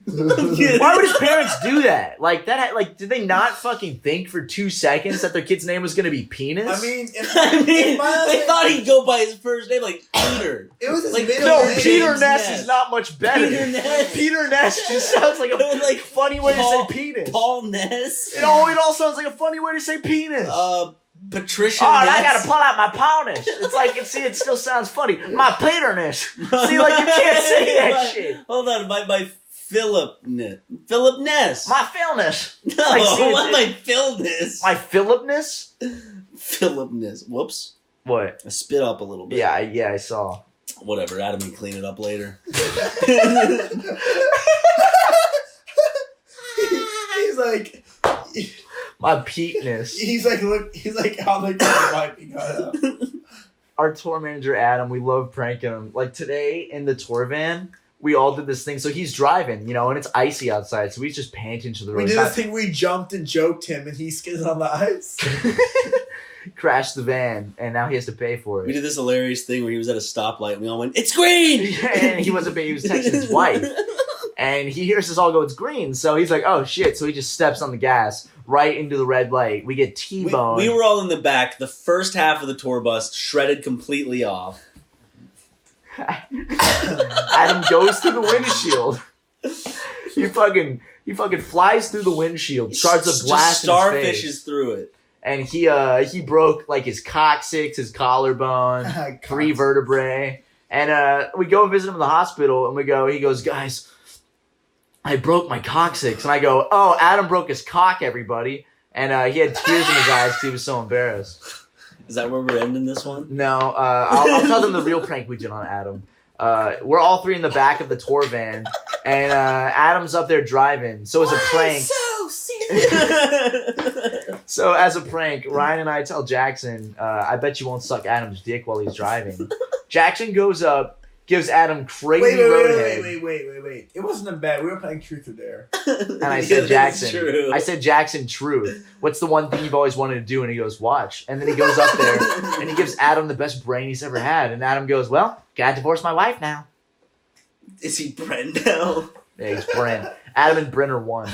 Speaker 3: Why would his parents do that? Like that? Like, did they not fucking think for two seconds that their kid's name was gonna be Penis?
Speaker 4: I mean,
Speaker 3: <laughs>
Speaker 4: if,
Speaker 2: I mean,
Speaker 4: if my last
Speaker 2: they
Speaker 4: name-
Speaker 2: thought he'd go by his first name, like Peter.
Speaker 4: it was his
Speaker 2: like,
Speaker 4: middle
Speaker 3: No,
Speaker 4: name.
Speaker 3: Peter
Speaker 2: James
Speaker 3: Ness
Speaker 2: Ness.
Speaker 3: is not much better.
Speaker 2: Peter Ness.
Speaker 3: Peter Ness just sounds like a
Speaker 2: <laughs> Like,
Speaker 3: like funny way
Speaker 2: Paul-
Speaker 3: to say penis.
Speaker 2: Paul Ness.
Speaker 3: It all it all sounds like a funny way to say penis.
Speaker 2: uh, Patricia.
Speaker 3: Oh, and
Speaker 2: Ness.
Speaker 3: I gotta pull out my penis. It's like, and see, it still sounds funny. My Peterness. See, like you can't say
Speaker 2: <laughs>
Speaker 3: that
Speaker 2: My-
Speaker 3: shit.
Speaker 2: Hold on, my my Philip Ness. Philip Ness.
Speaker 3: My Philness.
Speaker 2: <laughs>
Speaker 3: <laughs>
Speaker 2: no,
Speaker 3: like, see,
Speaker 2: what
Speaker 3: it-
Speaker 2: my Phil Ness?
Speaker 3: My Philipness.
Speaker 2: Philip Ness. Whoops,
Speaker 3: What?
Speaker 2: I spit up a little bit.
Speaker 3: Yeah, I- yeah, I saw.
Speaker 2: whatever. Adam can clean it up later.
Speaker 4: he's like,
Speaker 3: My
Speaker 2: <laughs>
Speaker 3: Peteness.
Speaker 4: he's like, look, he's like, how the guy might be
Speaker 3: <laughs>
Speaker 4: going
Speaker 3: our tour manager Adam, we love pranking him. Like today in the tour van, we all did this thing. So he's driving, you know, and it's icy outside, so he's just panting to the
Speaker 4: We
Speaker 3: road,
Speaker 4: did this
Speaker 3: not-
Speaker 4: thing. We jumped and joked him, and he skidded on the
Speaker 3: <laughs>
Speaker 4: ice.
Speaker 3: crashed the van, and now he has to pay for
Speaker 2: We
Speaker 3: it.
Speaker 2: did this hilarious thing where he was at a stoplight and we all went, It's
Speaker 3: <laughs>
Speaker 2: green!
Speaker 3: and he was a baby, he was texting his wife, and he hears us all go, "It's green," so he's like, "Oh shit!" So he just steps on the gas right into the red light. We get
Speaker 2: <laughs> We,
Speaker 3: T-boned.
Speaker 2: we were all in the back, the first half of the tour bus shredded completely off.
Speaker 3: Adam goes through the windshield. he fucking he fucking flies through the windshield, starts
Speaker 2: Just
Speaker 3: a blast. in his face.
Speaker 2: starfishes through it.
Speaker 3: and he uh he broke like his coccyx, his collarbone,
Speaker 4: <laughs>
Speaker 3: three
Speaker 4: Cox.
Speaker 3: vertebrae, and uh we go visit him in the hospital, and we go. He goes, guys, I broke my coccyx, and I go, oh, Adam broke his cock, everybody, and uh, he had tears in his eyes because he was so embarrassed.
Speaker 2: Is that where we're ending this
Speaker 3: <laughs>
Speaker 2: one?
Speaker 3: No, uh, I'll, I'll tell them the real prank we did on Adam. Uh, we're all three in the back of the tour van, and uh, Adam's up there driving. So it's a prank.
Speaker 5: So serious.
Speaker 3: So as a prank, Ryan and I tell Jackson, uh, "I bet you won't suck Adam's dick while he's driving." Jackson goes up, gives Adam
Speaker 4: Wait,
Speaker 3: crazy
Speaker 4: wait, wait,
Speaker 3: roadhead,
Speaker 4: wait, wait, wait, wait, wait. It wasn't a bad. We were playing truth or dare.
Speaker 3: and
Speaker 4: <laughs>
Speaker 2: <laughs>
Speaker 3: I
Speaker 2: Yeah, that's
Speaker 3: said, "Jackson,
Speaker 2: true.
Speaker 3: I said Jackson, truth. What's the one thing you've always wanted to do?" And he goes, "Watch." And then he goes up there and he gives Adam the best brain he's ever had, and Adam goes, "Well, gotta divorce my wife now."
Speaker 2: Is he Brent now?
Speaker 3: Yeah, he's Brent. Adam and Brent are one.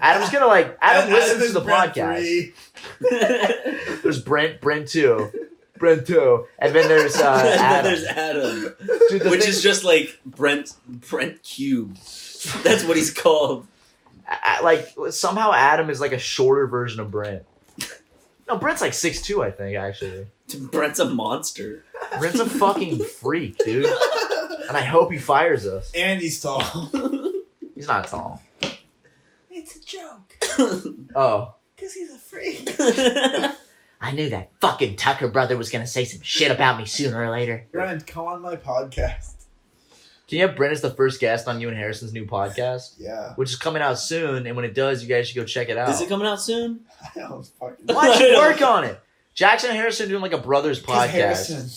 Speaker 3: Adam's gonna like
Speaker 4: Adam
Speaker 3: Adam listens
Speaker 4: is
Speaker 3: to the
Speaker 4: Brent
Speaker 3: podcast.
Speaker 4: three.
Speaker 3: There's Brent, Brent two, Brento. And then there's uh,
Speaker 1: <laughs> And then
Speaker 3: Adam.
Speaker 1: there's Adam,
Speaker 3: Dude, <laughs> the
Speaker 1: which
Speaker 3: thing-
Speaker 1: is just like Brent Brent Cube. That's what he's called.
Speaker 3: I- I- like somehow Adam is like a shorter version of Brent. No, Brent's like 6'2", I think, actually.
Speaker 1: Brent's a
Speaker 3: <laughs>
Speaker 1: monster.
Speaker 3: Brent's a fucking freak, dude. And I hope he fires us.
Speaker 4: And he's tall. <laughs>
Speaker 3: He's not tall.
Speaker 4: it's a joke.
Speaker 3: Oh.
Speaker 4: Because he's a freak.
Speaker 3: I knew that fucking Tucker brother was gonna say some shit about me sooner or later.
Speaker 4: Ryan, come on my podcast.
Speaker 3: Can you have Brent as the first guest on you and Harrison's new podcast?
Speaker 4: Yeah. <laughs>
Speaker 3: Which is coming out soon, and when it does, you guys should go check it out.
Speaker 1: Is it coming out soon?
Speaker 4: I don't fucking
Speaker 3: Why <laughs> don't you work on it? Jackson and Harrison are doing like a brothers
Speaker 4: 'Cause
Speaker 3: podcast.
Speaker 4: Harrison.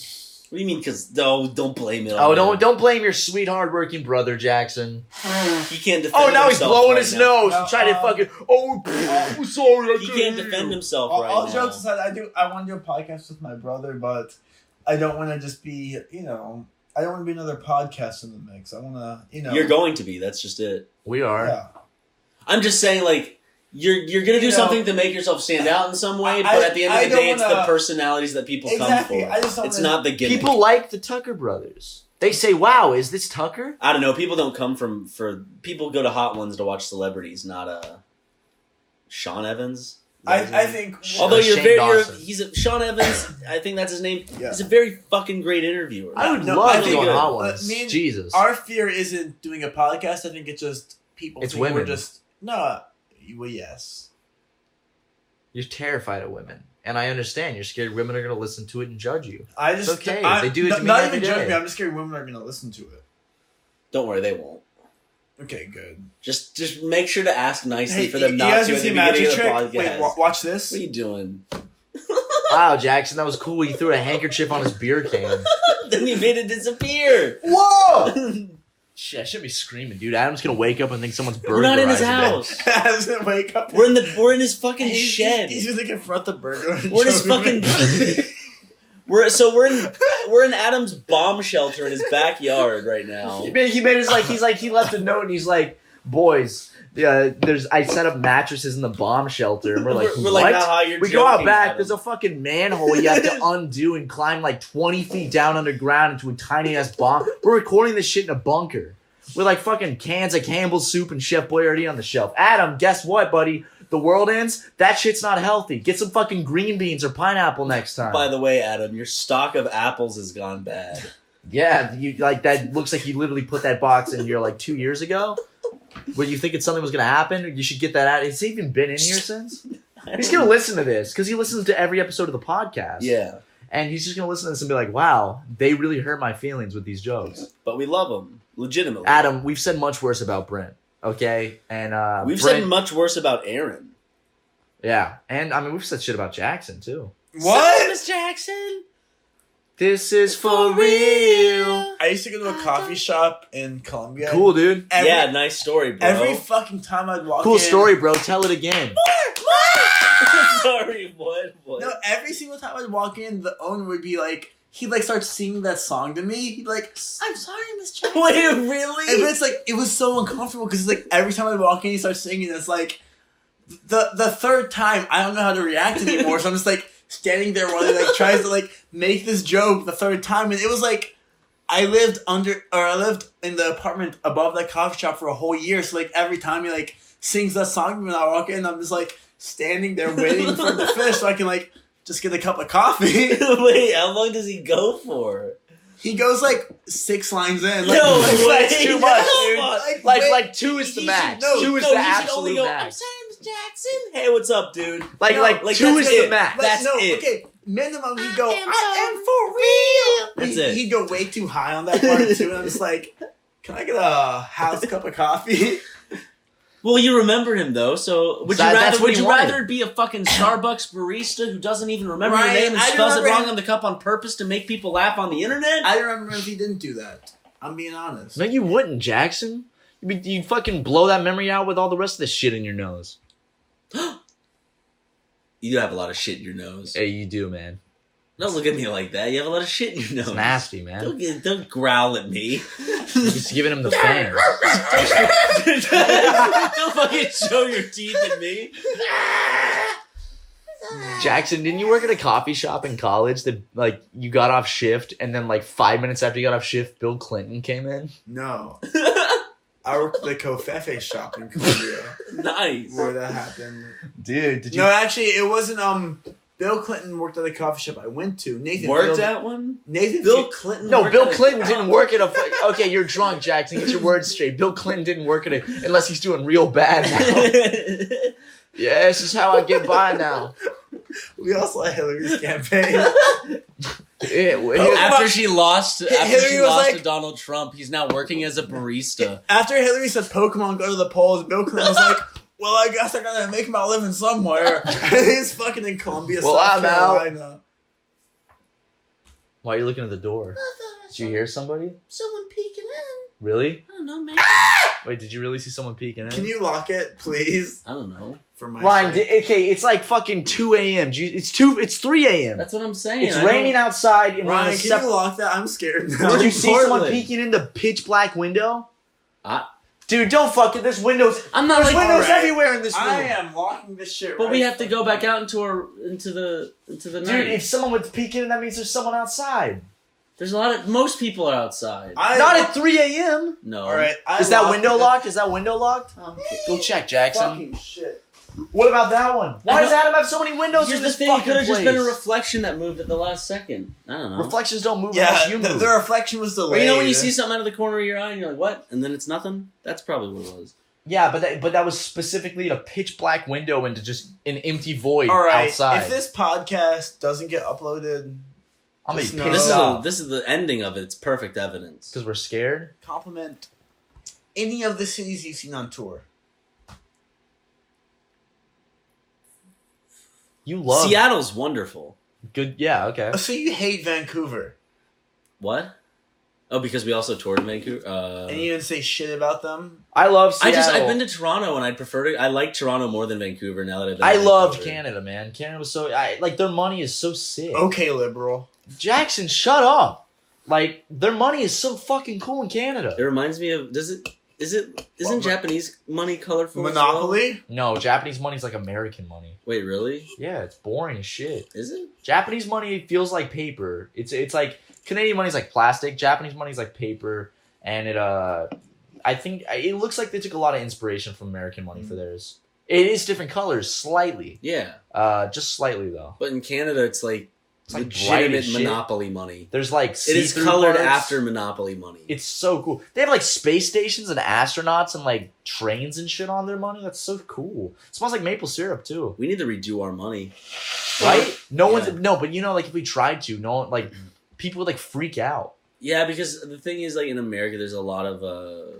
Speaker 1: What do you mean? Because no, don't blame it. on
Speaker 3: Oh, don't
Speaker 1: him.
Speaker 3: don't blame your sweet hardworking brother, Jackson.
Speaker 1: He can't defend.
Speaker 3: Oh, now he's
Speaker 1: himself
Speaker 3: blowing
Speaker 1: right
Speaker 3: his
Speaker 1: now.
Speaker 3: nose
Speaker 4: No,
Speaker 3: and trying to
Speaker 4: um,
Speaker 3: fucking. <laughs> Oh, I'm sorry, I
Speaker 1: He
Speaker 3: couldn't
Speaker 1: can't
Speaker 3: hear
Speaker 1: defend
Speaker 3: you."
Speaker 1: himself
Speaker 4: All,
Speaker 1: right
Speaker 4: all
Speaker 1: now.
Speaker 4: jokes aside, I do. I want to do a podcast with my brother, but I don't want to just be, you know, I don't want to be another podcast in the mix. I want to, you know,
Speaker 1: You're going to be. That's just it.
Speaker 3: We are.
Speaker 4: Yeah.
Speaker 1: I'm just saying, like, you're you're gonna do
Speaker 4: You know,
Speaker 1: something to make yourself stand out in some way,
Speaker 4: I-
Speaker 1: but at the end
Speaker 4: I
Speaker 1: of the
Speaker 4: don't
Speaker 1: day, it's
Speaker 4: wanna-
Speaker 1: the personalities that people
Speaker 4: Exactly.
Speaker 1: come for.
Speaker 4: I just don't
Speaker 1: it's
Speaker 4: wanna-
Speaker 1: not the gimmick.
Speaker 3: People like the Tucker brothers. They say, "Wow, is this Tucker?"
Speaker 1: I don't know. People don't come from for people go to hot ones to watch celebrities, not uh Sean Evans. Is that his name?
Speaker 4: I, I think.
Speaker 1: Although you're
Speaker 3: Shane
Speaker 1: very, you're,
Speaker 3: Dawson.
Speaker 1: he's a, Sean Evans. I think that's his name.
Speaker 4: Yeah.
Speaker 1: He's a very fucking great interviewer.
Speaker 3: I would
Speaker 4: No, I
Speaker 3: love to
Speaker 4: think,
Speaker 3: go on
Speaker 4: uh,
Speaker 3: hot
Speaker 4: uh,
Speaker 3: ones.
Speaker 4: me and-
Speaker 3: Jesus,
Speaker 4: Our fear isn't doing a podcast. I think it's just people.
Speaker 3: It's
Speaker 4: think We're
Speaker 3: women.
Speaker 4: just no. Well, yes.
Speaker 3: you're terrified of women, and I understand. You're scared women are going to listen to it and judge you.
Speaker 4: I just
Speaker 3: okay.
Speaker 4: I,
Speaker 3: They do it
Speaker 4: no-
Speaker 3: to me
Speaker 4: Not
Speaker 3: every
Speaker 4: even joking.
Speaker 3: day.
Speaker 4: I'm just scared women are going to listen to it.
Speaker 1: Don't worry, they won't.
Speaker 4: Okay, good.
Speaker 1: Just just make sure to ask nicely
Speaker 4: Hey,
Speaker 1: for
Speaker 4: you-
Speaker 1: them
Speaker 4: you
Speaker 1: not
Speaker 4: guys
Speaker 1: to
Speaker 4: have
Speaker 1: at the
Speaker 4: seen
Speaker 1: beginning
Speaker 4: Magic
Speaker 1: of the
Speaker 4: Trick?
Speaker 1: podcast.
Speaker 4: Wait, wa- watch this.
Speaker 1: what are you doing? <laughs>
Speaker 3: Wow, Jackson, that was cool. He threw a handkerchief on his beer can.
Speaker 1: then you made it disappear.
Speaker 4: Whoa!
Speaker 3: Shit, I should be screaming, dude. Adam's gonna wake up and think someone's burglarizing.
Speaker 1: We're not in his
Speaker 3: him.
Speaker 4: <laughs>
Speaker 1: house.
Speaker 4: Hasn't wake up.
Speaker 1: We're in the we're in his fucking
Speaker 4: He's-
Speaker 1: shed.
Speaker 4: He's going to confront the burglar. and
Speaker 1: We're in his
Speaker 4: show him
Speaker 1: fucking.
Speaker 4: it.
Speaker 1: <laughs> we're so we're in we're in Adam's bomb shelter in his backyard right now.
Speaker 3: <laughs> He made, he made his like he's like he left a note and he's like, boys, yeah, there's I set up mattresses in the bomb shelter and we're like,
Speaker 1: <laughs> we're, we're like,
Speaker 3: "What?"
Speaker 1: haha, you're
Speaker 3: we go out
Speaker 1: joking,
Speaker 3: back.
Speaker 1: Adam."
Speaker 3: There's a fucking manhole you have to
Speaker 1: <laughs>
Speaker 3: undo and climb like 20 feet down underground into a tiny ass bomb. We're recording this shit in a bunker with like fucking cans of Campbell's soup and Chef Boyardee on the shelf. Adam, guess what, buddy? The world ends. That shit's not healthy. Get some fucking green beans or pineapple next time.
Speaker 1: By the way, Adam, your stock of apples has gone bad.
Speaker 3: Yeah, you like that looks like you literally put that box in here like two years ago. Where you thinking something was gonna happen, you should get that out. Has he even been in here since? He's gonna listen to this because he listens to every episode of the podcast.
Speaker 1: Yeah,
Speaker 3: and he's just gonna listen to this and be like, "Wow, they really hurt my feelings with these jokes."
Speaker 1: but we love them legitimately.
Speaker 3: Adam, we've said much worse about Brent, okay? And uh,
Speaker 1: We've
Speaker 3: Brent,
Speaker 1: said much worse about Aaron.
Speaker 3: yeah, and I mean we've said shit about Jackson too.
Speaker 4: <laughs>
Speaker 1: So,
Speaker 4: What?
Speaker 1: Miss Jackson?
Speaker 3: This is for real.
Speaker 4: I used to go to a coffee shop in Columbia.
Speaker 3: Cool, dude.
Speaker 4: Every,
Speaker 1: yeah, nice story, bro. <laughs>
Speaker 4: Every fucking time I'd walk
Speaker 3: Cool
Speaker 4: in-
Speaker 3: story, bro. Tell it again.
Speaker 1: Sorry, what? What?
Speaker 4: No, every single time I'd walk in, the owner would be like, he'd like start singing that song to me. He'd be like, I'm sorry, Miss Jackson.
Speaker 1: Wait,
Speaker 4: And
Speaker 1: really?
Speaker 4: but it's like it was so uncomfortable because it's like every time I walk in, he starts singing. It's like the the third time I don't know how to react anymore, so I'm just like standing there while he like tries to like make this joke the third time, and it was like I lived under or I lived in the apartment above that coffee shop for a whole year, so like every time he like sings that song when I walk in, I'm just like standing there waiting for the fish so I can like just get a cup of coffee. <laughs>
Speaker 1: <laughs> Wait, how long does he go for?
Speaker 4: He goes like six lines in. <laughs> Like,
Speaker 1: No way.
Speaker 3: That's too
Speaker 1: <laughs>
Speaker 3: much, dude.
Speaker 4: Like,
Speaker 3: <laughs> Like,
Speaker 4: wait-
Speaker 3: like two is the
Speaker 1: He
Speaker 3: max.
Speaker 4: should- no,
Speaker 3: two is
Speaker 1: no,
Speaker 3: the
Speaker 1: he should
Speaker 3: absolute
Speaker 1: only go, I'm
Speaker 3: max.
Speaker 1: sorry, Miss Jackson. Hey, what's up, dude?
Speaker 3: Like,
Speaker 4: no,
Speaker 3: like,
Speaker 1: like,
Speaker 3: two
Speaker 1: that's
Speaker 3: is
Speaker 1: it.
Speaker 3: the max.
Speaker 4: Like,
Speaker 1: That's
Speaker 4: no,
Speaker 1: it.
Speaker 4: okay. Minimum, he go. I
Speaker 9: am
Speaker 4: am, for real.
Speaker 1: That's
Speaker 4: he,
Speaker 1: it.
Speaker 4: He'd go way too high on that part too, and I'm just like, can I get a house cup of coffee?
Speaker 1: Well, you remember him though, so would you
Speaker 3: That-
Speaker 1: rather?
Speaker 3: that's what
Speaker 1: would
Speaker 3: he
Speaker 1: you
Speaker 3: wanted.
Speaker 1: rather be a fucking Starbucks barista who doesn't even remember
Speaker 4: Right,
Speaker 1: your name and
Speaker 4: I
Speaker 1: spells it
Speaker 4: remember
Speaker 1: wrong
Speaker 4: him-
Speaker 1: on the cup on purpose to make people laugh on the
Speaker 4: <laughs>
Speaker 1: internet?
Speaker 4: I don't remember if he didn't do that. I'm being honest.
Speaker 3: No, you wouldn't, Jackson. You'd, be, you'd fucking blow that memory out with all the rest of the shit in your nose.
Speaker 1: you have a lot of shit in your nose.
Speaker 3: Hey, you do, man.
Speaker 1: Don't look at me like that. You have a lot of shit in your nose.
Speaker 3: It's nasty, man.
Speaker 1: Don't, get- don't growl at me. <laughs>
Speaker 3: He's giving him the fan.
Speaker 1: don't fucking show your teeth at me.
Speaker 3: Jackson, didn't you work at a coffee shop in college that like you got off shift and then like five minutes after you got off shift, Bill Clinton came in?
Speaker 4: <laughs> No. I worked at the Covfefe shop in Colombia
Speaker 1: nice.
Speaker 4: where that happened.
Speaker 3: Dude, did
Speaker 4: No, actually, it wasn't. Um, Bill Clinton worked at the coffee shop I went to. Nathan
Speaker 1: Worked
Speaker 4: Field-
Speaker 1: at one.
Speaker 4: Nathan
Speaker 1: Bill
Speaker 4: Field-
Speaker 1: Clinton.
Speaker 3: No,
Speaker 1: worked
Speaker 3: Bill
Speaker 1: at a
Speaker 3: Clinton
Speaker 1: co-
Speaker 3: didn't work at a. fu- Okay, you're drunk, Jackson. Get your words straight. Bill Clinton didn't work at a unless he's doing real bad <laughs> now.
Speaker 1: <laughs>
Speaker 3: yeah, this is how I get by now.
Speaker 4: We also had Hillary's campaign. <laughs>
Speaker 3: Yeah, well,
Speaker 1: after she lost, after she
Speaker 4: Hillary was
Speaker 1: lost
Speaker 4: like-
Speaker 1: to Donald Trump, he's now working as a barista.
Speaker 4: After Hillary said Pokemon go to the polls, Bill Clinton was
Speaker 3: <laughs>
Speaker 4: like, "Well, I guess I gotta make my living somewhere." <laughs> He's fucking in Colombia,
Speaker 3: Well,
Speaker 4: South
Speaker 3: I'm out.
Speaker 4: Carolina.
Speaker 3: Why are you looking at the door? Did you hear somebody?
Speaker 6: Someone peeking in.
Speaker 3: Really?
Speaker 6: I don't know, man.
Speaker 3: Wait, did you really see someone peeking in?
Speaker 4: Can you lock it, please?
Speaker 1: I don't know.
Speaker 4: For my
Speaker 3: Ryan,
Speaker 4: sake.
Speaker 3: di- okay, it's like fucking two a.m. Do you- It's two. It's three a.m.
Speaker 1: That's what I'm saying.
Speaker 3: It's raining outside, and we're on a
Speaker 4: Ryan, can
Speaker 3: sep-
Speaker 4: you lock that? I'm scared now. <laughs>
Speaker 3: Did you see someone
Speaker 1: Portland.
Speaker 3: peeking in the pitch black window?
Speaker 1: I-
Speaker 3: Dude, don't fuck it. There's windows.
Speaker 1: I'm not
Speaker 3: There's
Speaker 1: like.
Speaker 3: windows
Speaker 4: Alright.
Speaker 3: everywhere in this room.
Speaker 4: I am locking this shit.
Speaker 1: But we
Speaker 4: right
Speaker 1: have to go back out into our into the into the night.
Speaker 3: Dude, if someone was peeking in, that means there's someone outside.
Speaker 1: There's a lot of most people are outside.
Speaker 4: I,
Speaker 3: Not at 3 a.m.
Speaker 1: no.
Speaker 4: All right. I
Speaker 3: Is that
Speaker 4: locked
Speaker 3: window
Speaker 4: it.
Speaker 3: locked? Is that window locked? Go check, Jackson.
Speaker 4: Fucking shit.
Speaker 3: What about that one?
Speaker 1: I
Speaker 3: Why does
Speaker 1: don't-
Speaker 3: Adam have so many windows
Speaker 1: Here's
Speaker 3: in
Speaker 1: the
Speaker 3: this
Speaker 1: thing. It
Speaker 3: fucking
Speaker 1: could have
Speaker 3: place?
Speaker 1: just been a reflection that moved at the last second. I don't know.
Speaker 3: Reflections don't move
Speaker 4: Yeah,
Speaker 3: unless you
Speaker 4: the,
Speaker 3: move.
Speaker 4: the reflection was
Speaker 1: or
Speaker 4: delayed.
Speaker 1: you know when you see something out of the corner of your eye and you're like, what? And then it's nothing? That's probably what it was.
Speaker 3: yeah, but that, but that was specifically a pitch black window into just an empty void
Speaker 4: All right.
Speaker 3: outside.
Speaker 4: If this podcast doesn't get uploaded,
Speaker 3: I'm gonna
Speaker 4: this-
Speaker 3: be
Speaker 4: No.
Speaker 1: This
Speaker 3: pissed
Speaker 1: is a,
Speaker 3: off
Speaker 1: this is the ending of it. It's perfect evidence.
Speaker 3: because we're scared.
Speaker 4: compliment any of the cities you've seen on tour.
Speaker 3: You love
Speaker 1: Seattle's wonderful.
Speaker 3: good. Yeah, okay.
Speaker 4: Uh, So you hate Vancouver,
Speaker 1: What? Oh, because we also toured Vancouver. Uh,
Speaker 4: and you didn't say shit about them.
Speaker 3: I love
Speaker 1: I
Speaker 3: Seattle.
Speaker 1: just I've been to Toronto and I prefer to. I like Toronto more than Vancouver now that I've been.
Speaker 3: I
Speaker 1: to
Speaker 3: loved
Speaker 1: Vancouver.
Speaker 3: Canada, man. Canada was so I like their money is so sick.
Speaker 4: Okay, liberal.
Speaker 3: Jackson, shut up. Like their money is so fucking cool in Canada.
Speaker 1: It reminds me of does it is it isn't
Speaker 4: What?
Speaker 1: Japanese money colorful? as well?
Speaker 4: Monopoly.
Speaker 3: No, Japanese money's like American money.
Speaker 1: Wait, really?
Speaker 3: Yeah, it's boring as shit.
Speaker 1: Is it?
Speaker 3: Japanese money feels like paper. It's it's like Canadian money's like plastic. Japanese money's like paper, and it uh, I think it looks like they took a lot of inspiration from American money
Speaker 1: Mm.
Speaker 3: for theirs. It is different colors, slightly,
Speaker 1: Yeah,
Speaker 3: uh, just slightly though.
Speaker 1: but in Canada it's like
Speaker 3: It's like bright
Speaker 1: legitimate
Speaker 3: as shit.
Speaker 1: Monopoly money.
Speaker 3: There's like
Speaker 1: It is
Speaker 3: see-through
Speaker 1: colored
Speaker 3: parts.
Speaker 1: after Monopoly money.
Speaker 3: It's so cool. They have like space stations and astronauts and like trains and shit on their money. That's so cool. It smells like maple syrup too,
Speaker 1: we need to redo our money.
Speaker 3: right? No
Speaker 1: Yeah. Mm.
Speaker 3: one's no, but you know, like if we tried to, no one like people would like freak out.
Speaker 1: Yeah, because the thing is, like in America, there's a lot of uh,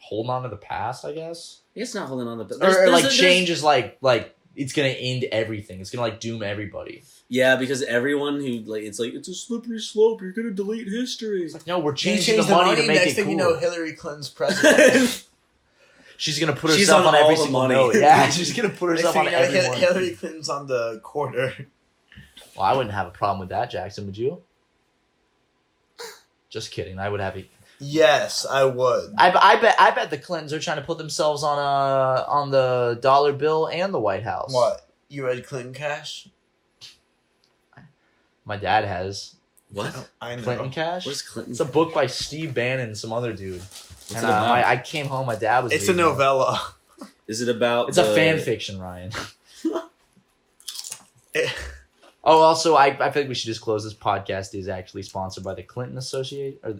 Speaker 3: Holding on to the past, I guess,
Speaker 1: I guess not holding on to, but
Speaker 3: or,
Speaker 1: there's,
Speaker 3: or,
Speaker 1: there's
Speaker 3: like
Speaker 1: a- there's-
Speaker 3: change is like like it's gonna end everything. It's gonna like doom everybody.
Speaker 1: Yeah, because everyone who like it's like it's a slippery slope. You're gonna delete history.
Speaker 3: It's like no, we're
Speaker 4: You
Speaker 3: changing
Speaker 4: change
Speaker 3: the, money, to make
Speaker 4: next
Speaker 3: it
Speaker 4: thing
Speaker 3: cool.
Speaker 4: you know, Hillary Clinton's <laughs>
Speaker 1: <laughs>
Speaker 4: president.
Speaker 3: she's gonna put
Speaker 1: She's
Speaker 3: herself on,
Speaker 1: on all
Speaker 3: every
Speaker 1: the
Speaker 3: single
Speaker 1: money.
Speaker 3: <laughs> note. Yeah, she's gonna put
Speaker 4: next
Speaker 3: herself
Speaker 4: thing
Speaker 3: on
Speaker 4: you know, Hil-
Speaker 3: everyone.
Speaker 4: Hillary Clinton's on the quarter.
Speaker 3: Well, I wouldn't have a problem with that, Jackson. Would you? Just kidding. I would have. A,
Speaker 4: Yes, I would.
Speaker 3: I, I bet. I bet the Clintons are trying to put themselves on uh on the dollar bill and the White House.
Speaker 4: What? You read Clinton Cash?
Speaker 3: My dad has
Speaker 1: What?
Speaker 4: I know.
Speaker 3: Clinton Cash.
Speaker 1: What's Clinton?
Speaker 3: It's a book by Steve Bannon and some other dude.
Speaker 1: What's
Speaker 3: and
Speaker 1: it
Speaker 3: uh,
Speaker 1: about?
Speaker 3: my- I came home. My dad was.
Speaker 4: It's a
Speaker 3: reading it.
Speaker 4: novella.
Speaker 1: Is it about?
Speaker 3: It's
Speaker 1: the-
Speaker 3: a fan fiction, Ryan. <laughs>
Speaker 4: It-
Speaker 3: Oh, also, I, I feel like we should just close this podcast. Is actually sponsored by the Clinton Associate or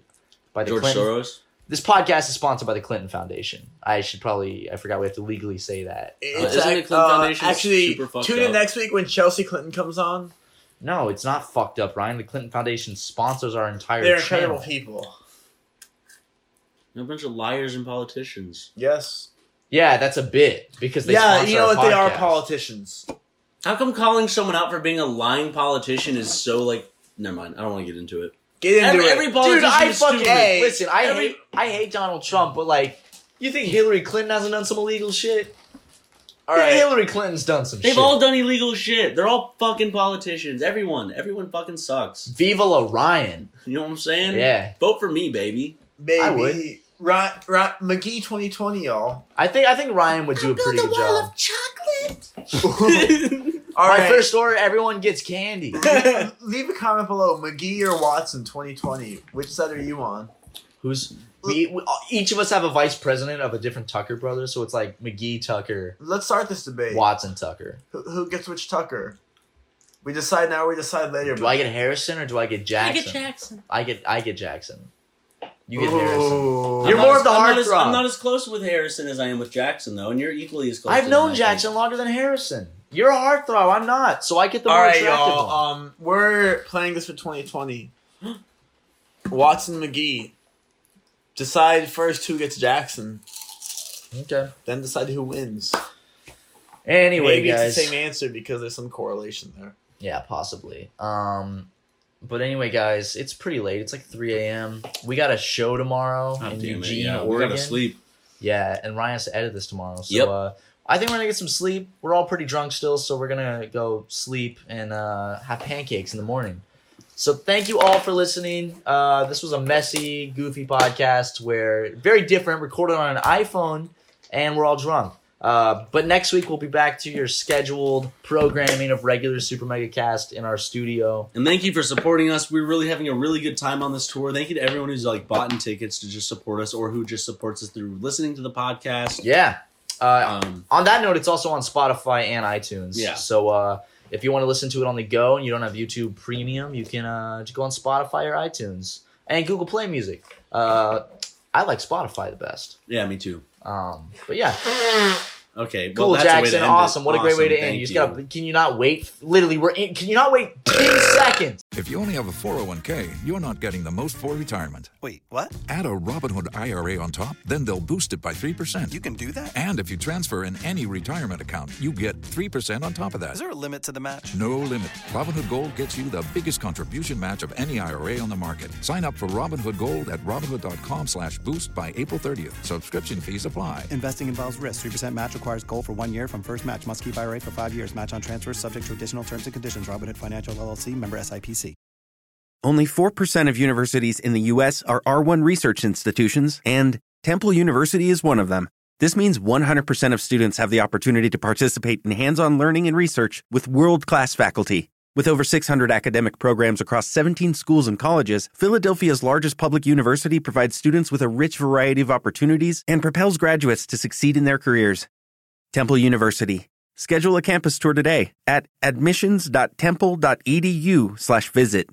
Speaker 3: by the
Speaker 1: George
Speaker 3: Clinton
Speaker 1: Soros.
Speaker 3: This podcast is sponsored by the Clinton Foundation. I should probably I forgot we have to legally say that.
Speaker 4: It's act-
Speaker 1: isn't the Clinton
Speaker 4: uh,
Speaker 1: Foundation
Speaker 4: actually
Speaker 1: super fucked
Speaker 4: tune in
Speaker 1: up?
Speaker 4: next week when Chelsea Clinton comes on.
Speaker 3: No, it's not fucked up, Ryan. The Clinton Foundation sponsors our entire
Speaker 4: They're
Speaker 3: channel.
Speaker 4: incredible people.
Speaker 1: A bunch of liars and politicians.
Speaker 4: Yes.
Speaker 3: Yeah, that's a bit because they
Speaker 4: yeah,
Speaker 3: sponsor
Speaker 4: you know
Speaker 3: our
Speaker 4: what? They are
Speaker 3: podcast.
Speaker 4: politicians.
Speaker 1: How come calling someone out for being a lying politician is so like? Never mind. I don't want to get into it.
Speaker 4: Get into
Speaker 1: Every,
Speaker 4: it.
Speaker 1: every politician
Speaker 3: Dude, I
Speaker 1: is
Speaker 3: fucking
Speaker 1: stupid.
Speaker 4: Hey,
Speaker 3: listen. I
Speaker 1: every-
Speaker 3: hate I hate Donald Trump, but like, you think Hillary Clinton hasn't done some illegal shit?
Speaker 4: All
Speaker 3: Yeah,
Speaker 4: right.
Speaker 3: Hillary Clinton's done some.
Speaker 1: They've
Speaker 3: shit.
Speaker 1: all done illegal shit. They're all fucking politicians. Everyone. Everyone fucking sucks.
Speaker 3: Viva la Ryan.
Speaker 1: You know what I'm saying?
Speaker 3: Yeah.
Speaker 1: Vote for me, baby.
Speaker 4: Baby.
Speaker 3: I would.
Speaker 4: Right, right, McGee 2020, y'all.
Speaker 3: <laughs> I think I think Ryan would do a
Speaker 6: Build
Speaker 3: pretty
Speaker 6: a
Speaker 3: good
Speaker 6: wall
Speaker 3: job.
Speaker 6: of chocolate.
Speaker 1: Dude,
Speaker 4: All
Speaker 1: My
Speaker 4: right.
Speaker 1: first order, everyone gets candy.
Speaker 4: <laughs> Leave a comment below, McGee or Watson 2020. Which side are you on?
Speaker 3: Who's we, we? Each of us have a vice president of a different Tucker brother, so it's like McGee Tucker,
Speaker 4: Let's start this debate.
Speaker 3: Watson Tucker.
Speaker 4: Who, who gets which Tucker? We decide now. We decide later.
Speaker 3: Do I get Harrison or do I get
Speaker 5: I
Speaker 3: Jackson?
Speaker 5: get Jackson.
Speaker 3: I get I get Jackson. You get Harrison.
Speaker 4: Ooh.
Speaker 2: I'm
Speaker 3: You're
Speaker 2: not
Speaker 3: more
Speaker 2: as-
Speaker 3: of the
Speaker 2: I'm not as-
Speaker 3: heartthrob.
Speaker 2: I'm not as close with Harrison as I am with Jackson, though, and you're equally as close.
Speaker 3: I've
Speaker 2: to him,
Speaker 3: known
Speaker 2: I think.
Speaker 3: Jackson longer than Harrison. You're a heartthrob. I'm not, so I get the
Speaker 4: All
Speaker 3: more
Speaker 4: right,
Speaker 3: attractive
Speaker 4: y'all.
Speaker 3: one.
Speaker 4: Um, we're playing this for 2020. Watson McGee. Decide first who gets Jackson,
Speaker 3: okay.
Speaker 4: then decide who wins.
Speaker 3: Anyway,
Speaker 4: Maybe
Speaker 3: guys.
Speaker 4: it's the same answer because there's some correlation there.
Speaker 3: Yeah, possibly. Um, but anyway, guys, it's pretty late. It's like 3 a.m. We got a show tomorrow
Speaker 2: Oh,
Speaker 3: in
Speaker 2: damn it,
Speaker 3: Eugene,
Speaker 2: yeah, we
Speaker 3: Oregon.
Speaker 2: gotta sleep.
Speaker 3: Yeah, and Ryan has to edit this tomorrow. So
Speaker 2: Yep.
Speaker 3: uh, I think we're gonna get some sleep. We're all pretty drunk still, so we're gonna go sleep and uh, have pancakes in the morning. So thank you all for listening. Uh, this was a messy, goofy podcast where very different, recorded on an iPhone, and we're all drunk. Uh, but next week we'll be back to your scheduled programming of regular Super Mega Cast in our studio.
Speaker 2: And thank you for supporting us. We're really having a really good time on this tour. Thank you to everyone who's like bought in tickets to just support us, or who just supports us through listening to the podcast.
Speaker 3: Yeah. Uh,
Speaker 2: Um,
Speaker 3: on that note, it's also on Spotify and iTunes.
Speaker 2: Yeah.
Speaker 3: So uh, if you want to listen to it on the go and you don't have YouTube Premium, you can uh, just go on Spotify or iTunes and Google Play Music. Uh, I like Spotify the best.
Speaker 2: yeah, me too.
Speaker 3: Um, but yeah,
Speaker 2: Okay, well,
Speaker 3: cool,
Speaker 2: that's a way to
Speaker 3: Jackson.
Speaker 2: end it.
Speaker 3: Awesome. What a great way to
Speaker 2: Awesome,
Speaker 3: end.
Speaker 2: thank
Speaker 3: You just gotta. Can you not wait? Literally, we're in. Can you not wait ten seconds?
Speaker 10: If you only have a 401k, you're not getting the most for retirement.
Speaker 11: Wait, what?
Speaker 10: Add a Robinhood IRA on top, then they'll boost it by 3%.
Speaker 11: You can do that?
Speaker 10: and if you transfer in any retirement account, you get 3% on top of that.
Speaker 11: Is there a limit to the match?
Speaker 10: No limit. Robinhood Gold gets you the biggest contribution match of any IRA on the market. Sign up for Robinhood Gold at Robinhood.com slash boost by April 30th. Subscription fees apply.
Speaker 11: Investing involves risk. 3% match requires gold for one year from first match. Must keep IRA for five years. Match on transfers subject to additional terms and conditions. Robinhood Financial LLC member SIPC.
Speaker 12: Only 4% of universities in the U.S. are R1 research institutions, and Temple University is one of them. This means 100% of students have the opportunity to participate in hands on learning and research with world class faculty. With over 600 academic programs across 17 schools and colleges, Philadelphia's largest public university provides students with a rich variety of opportunities and propels graduates to succeed in their careers. Temple University. Schedule a campus tour today at admissions.temple.edu/visit.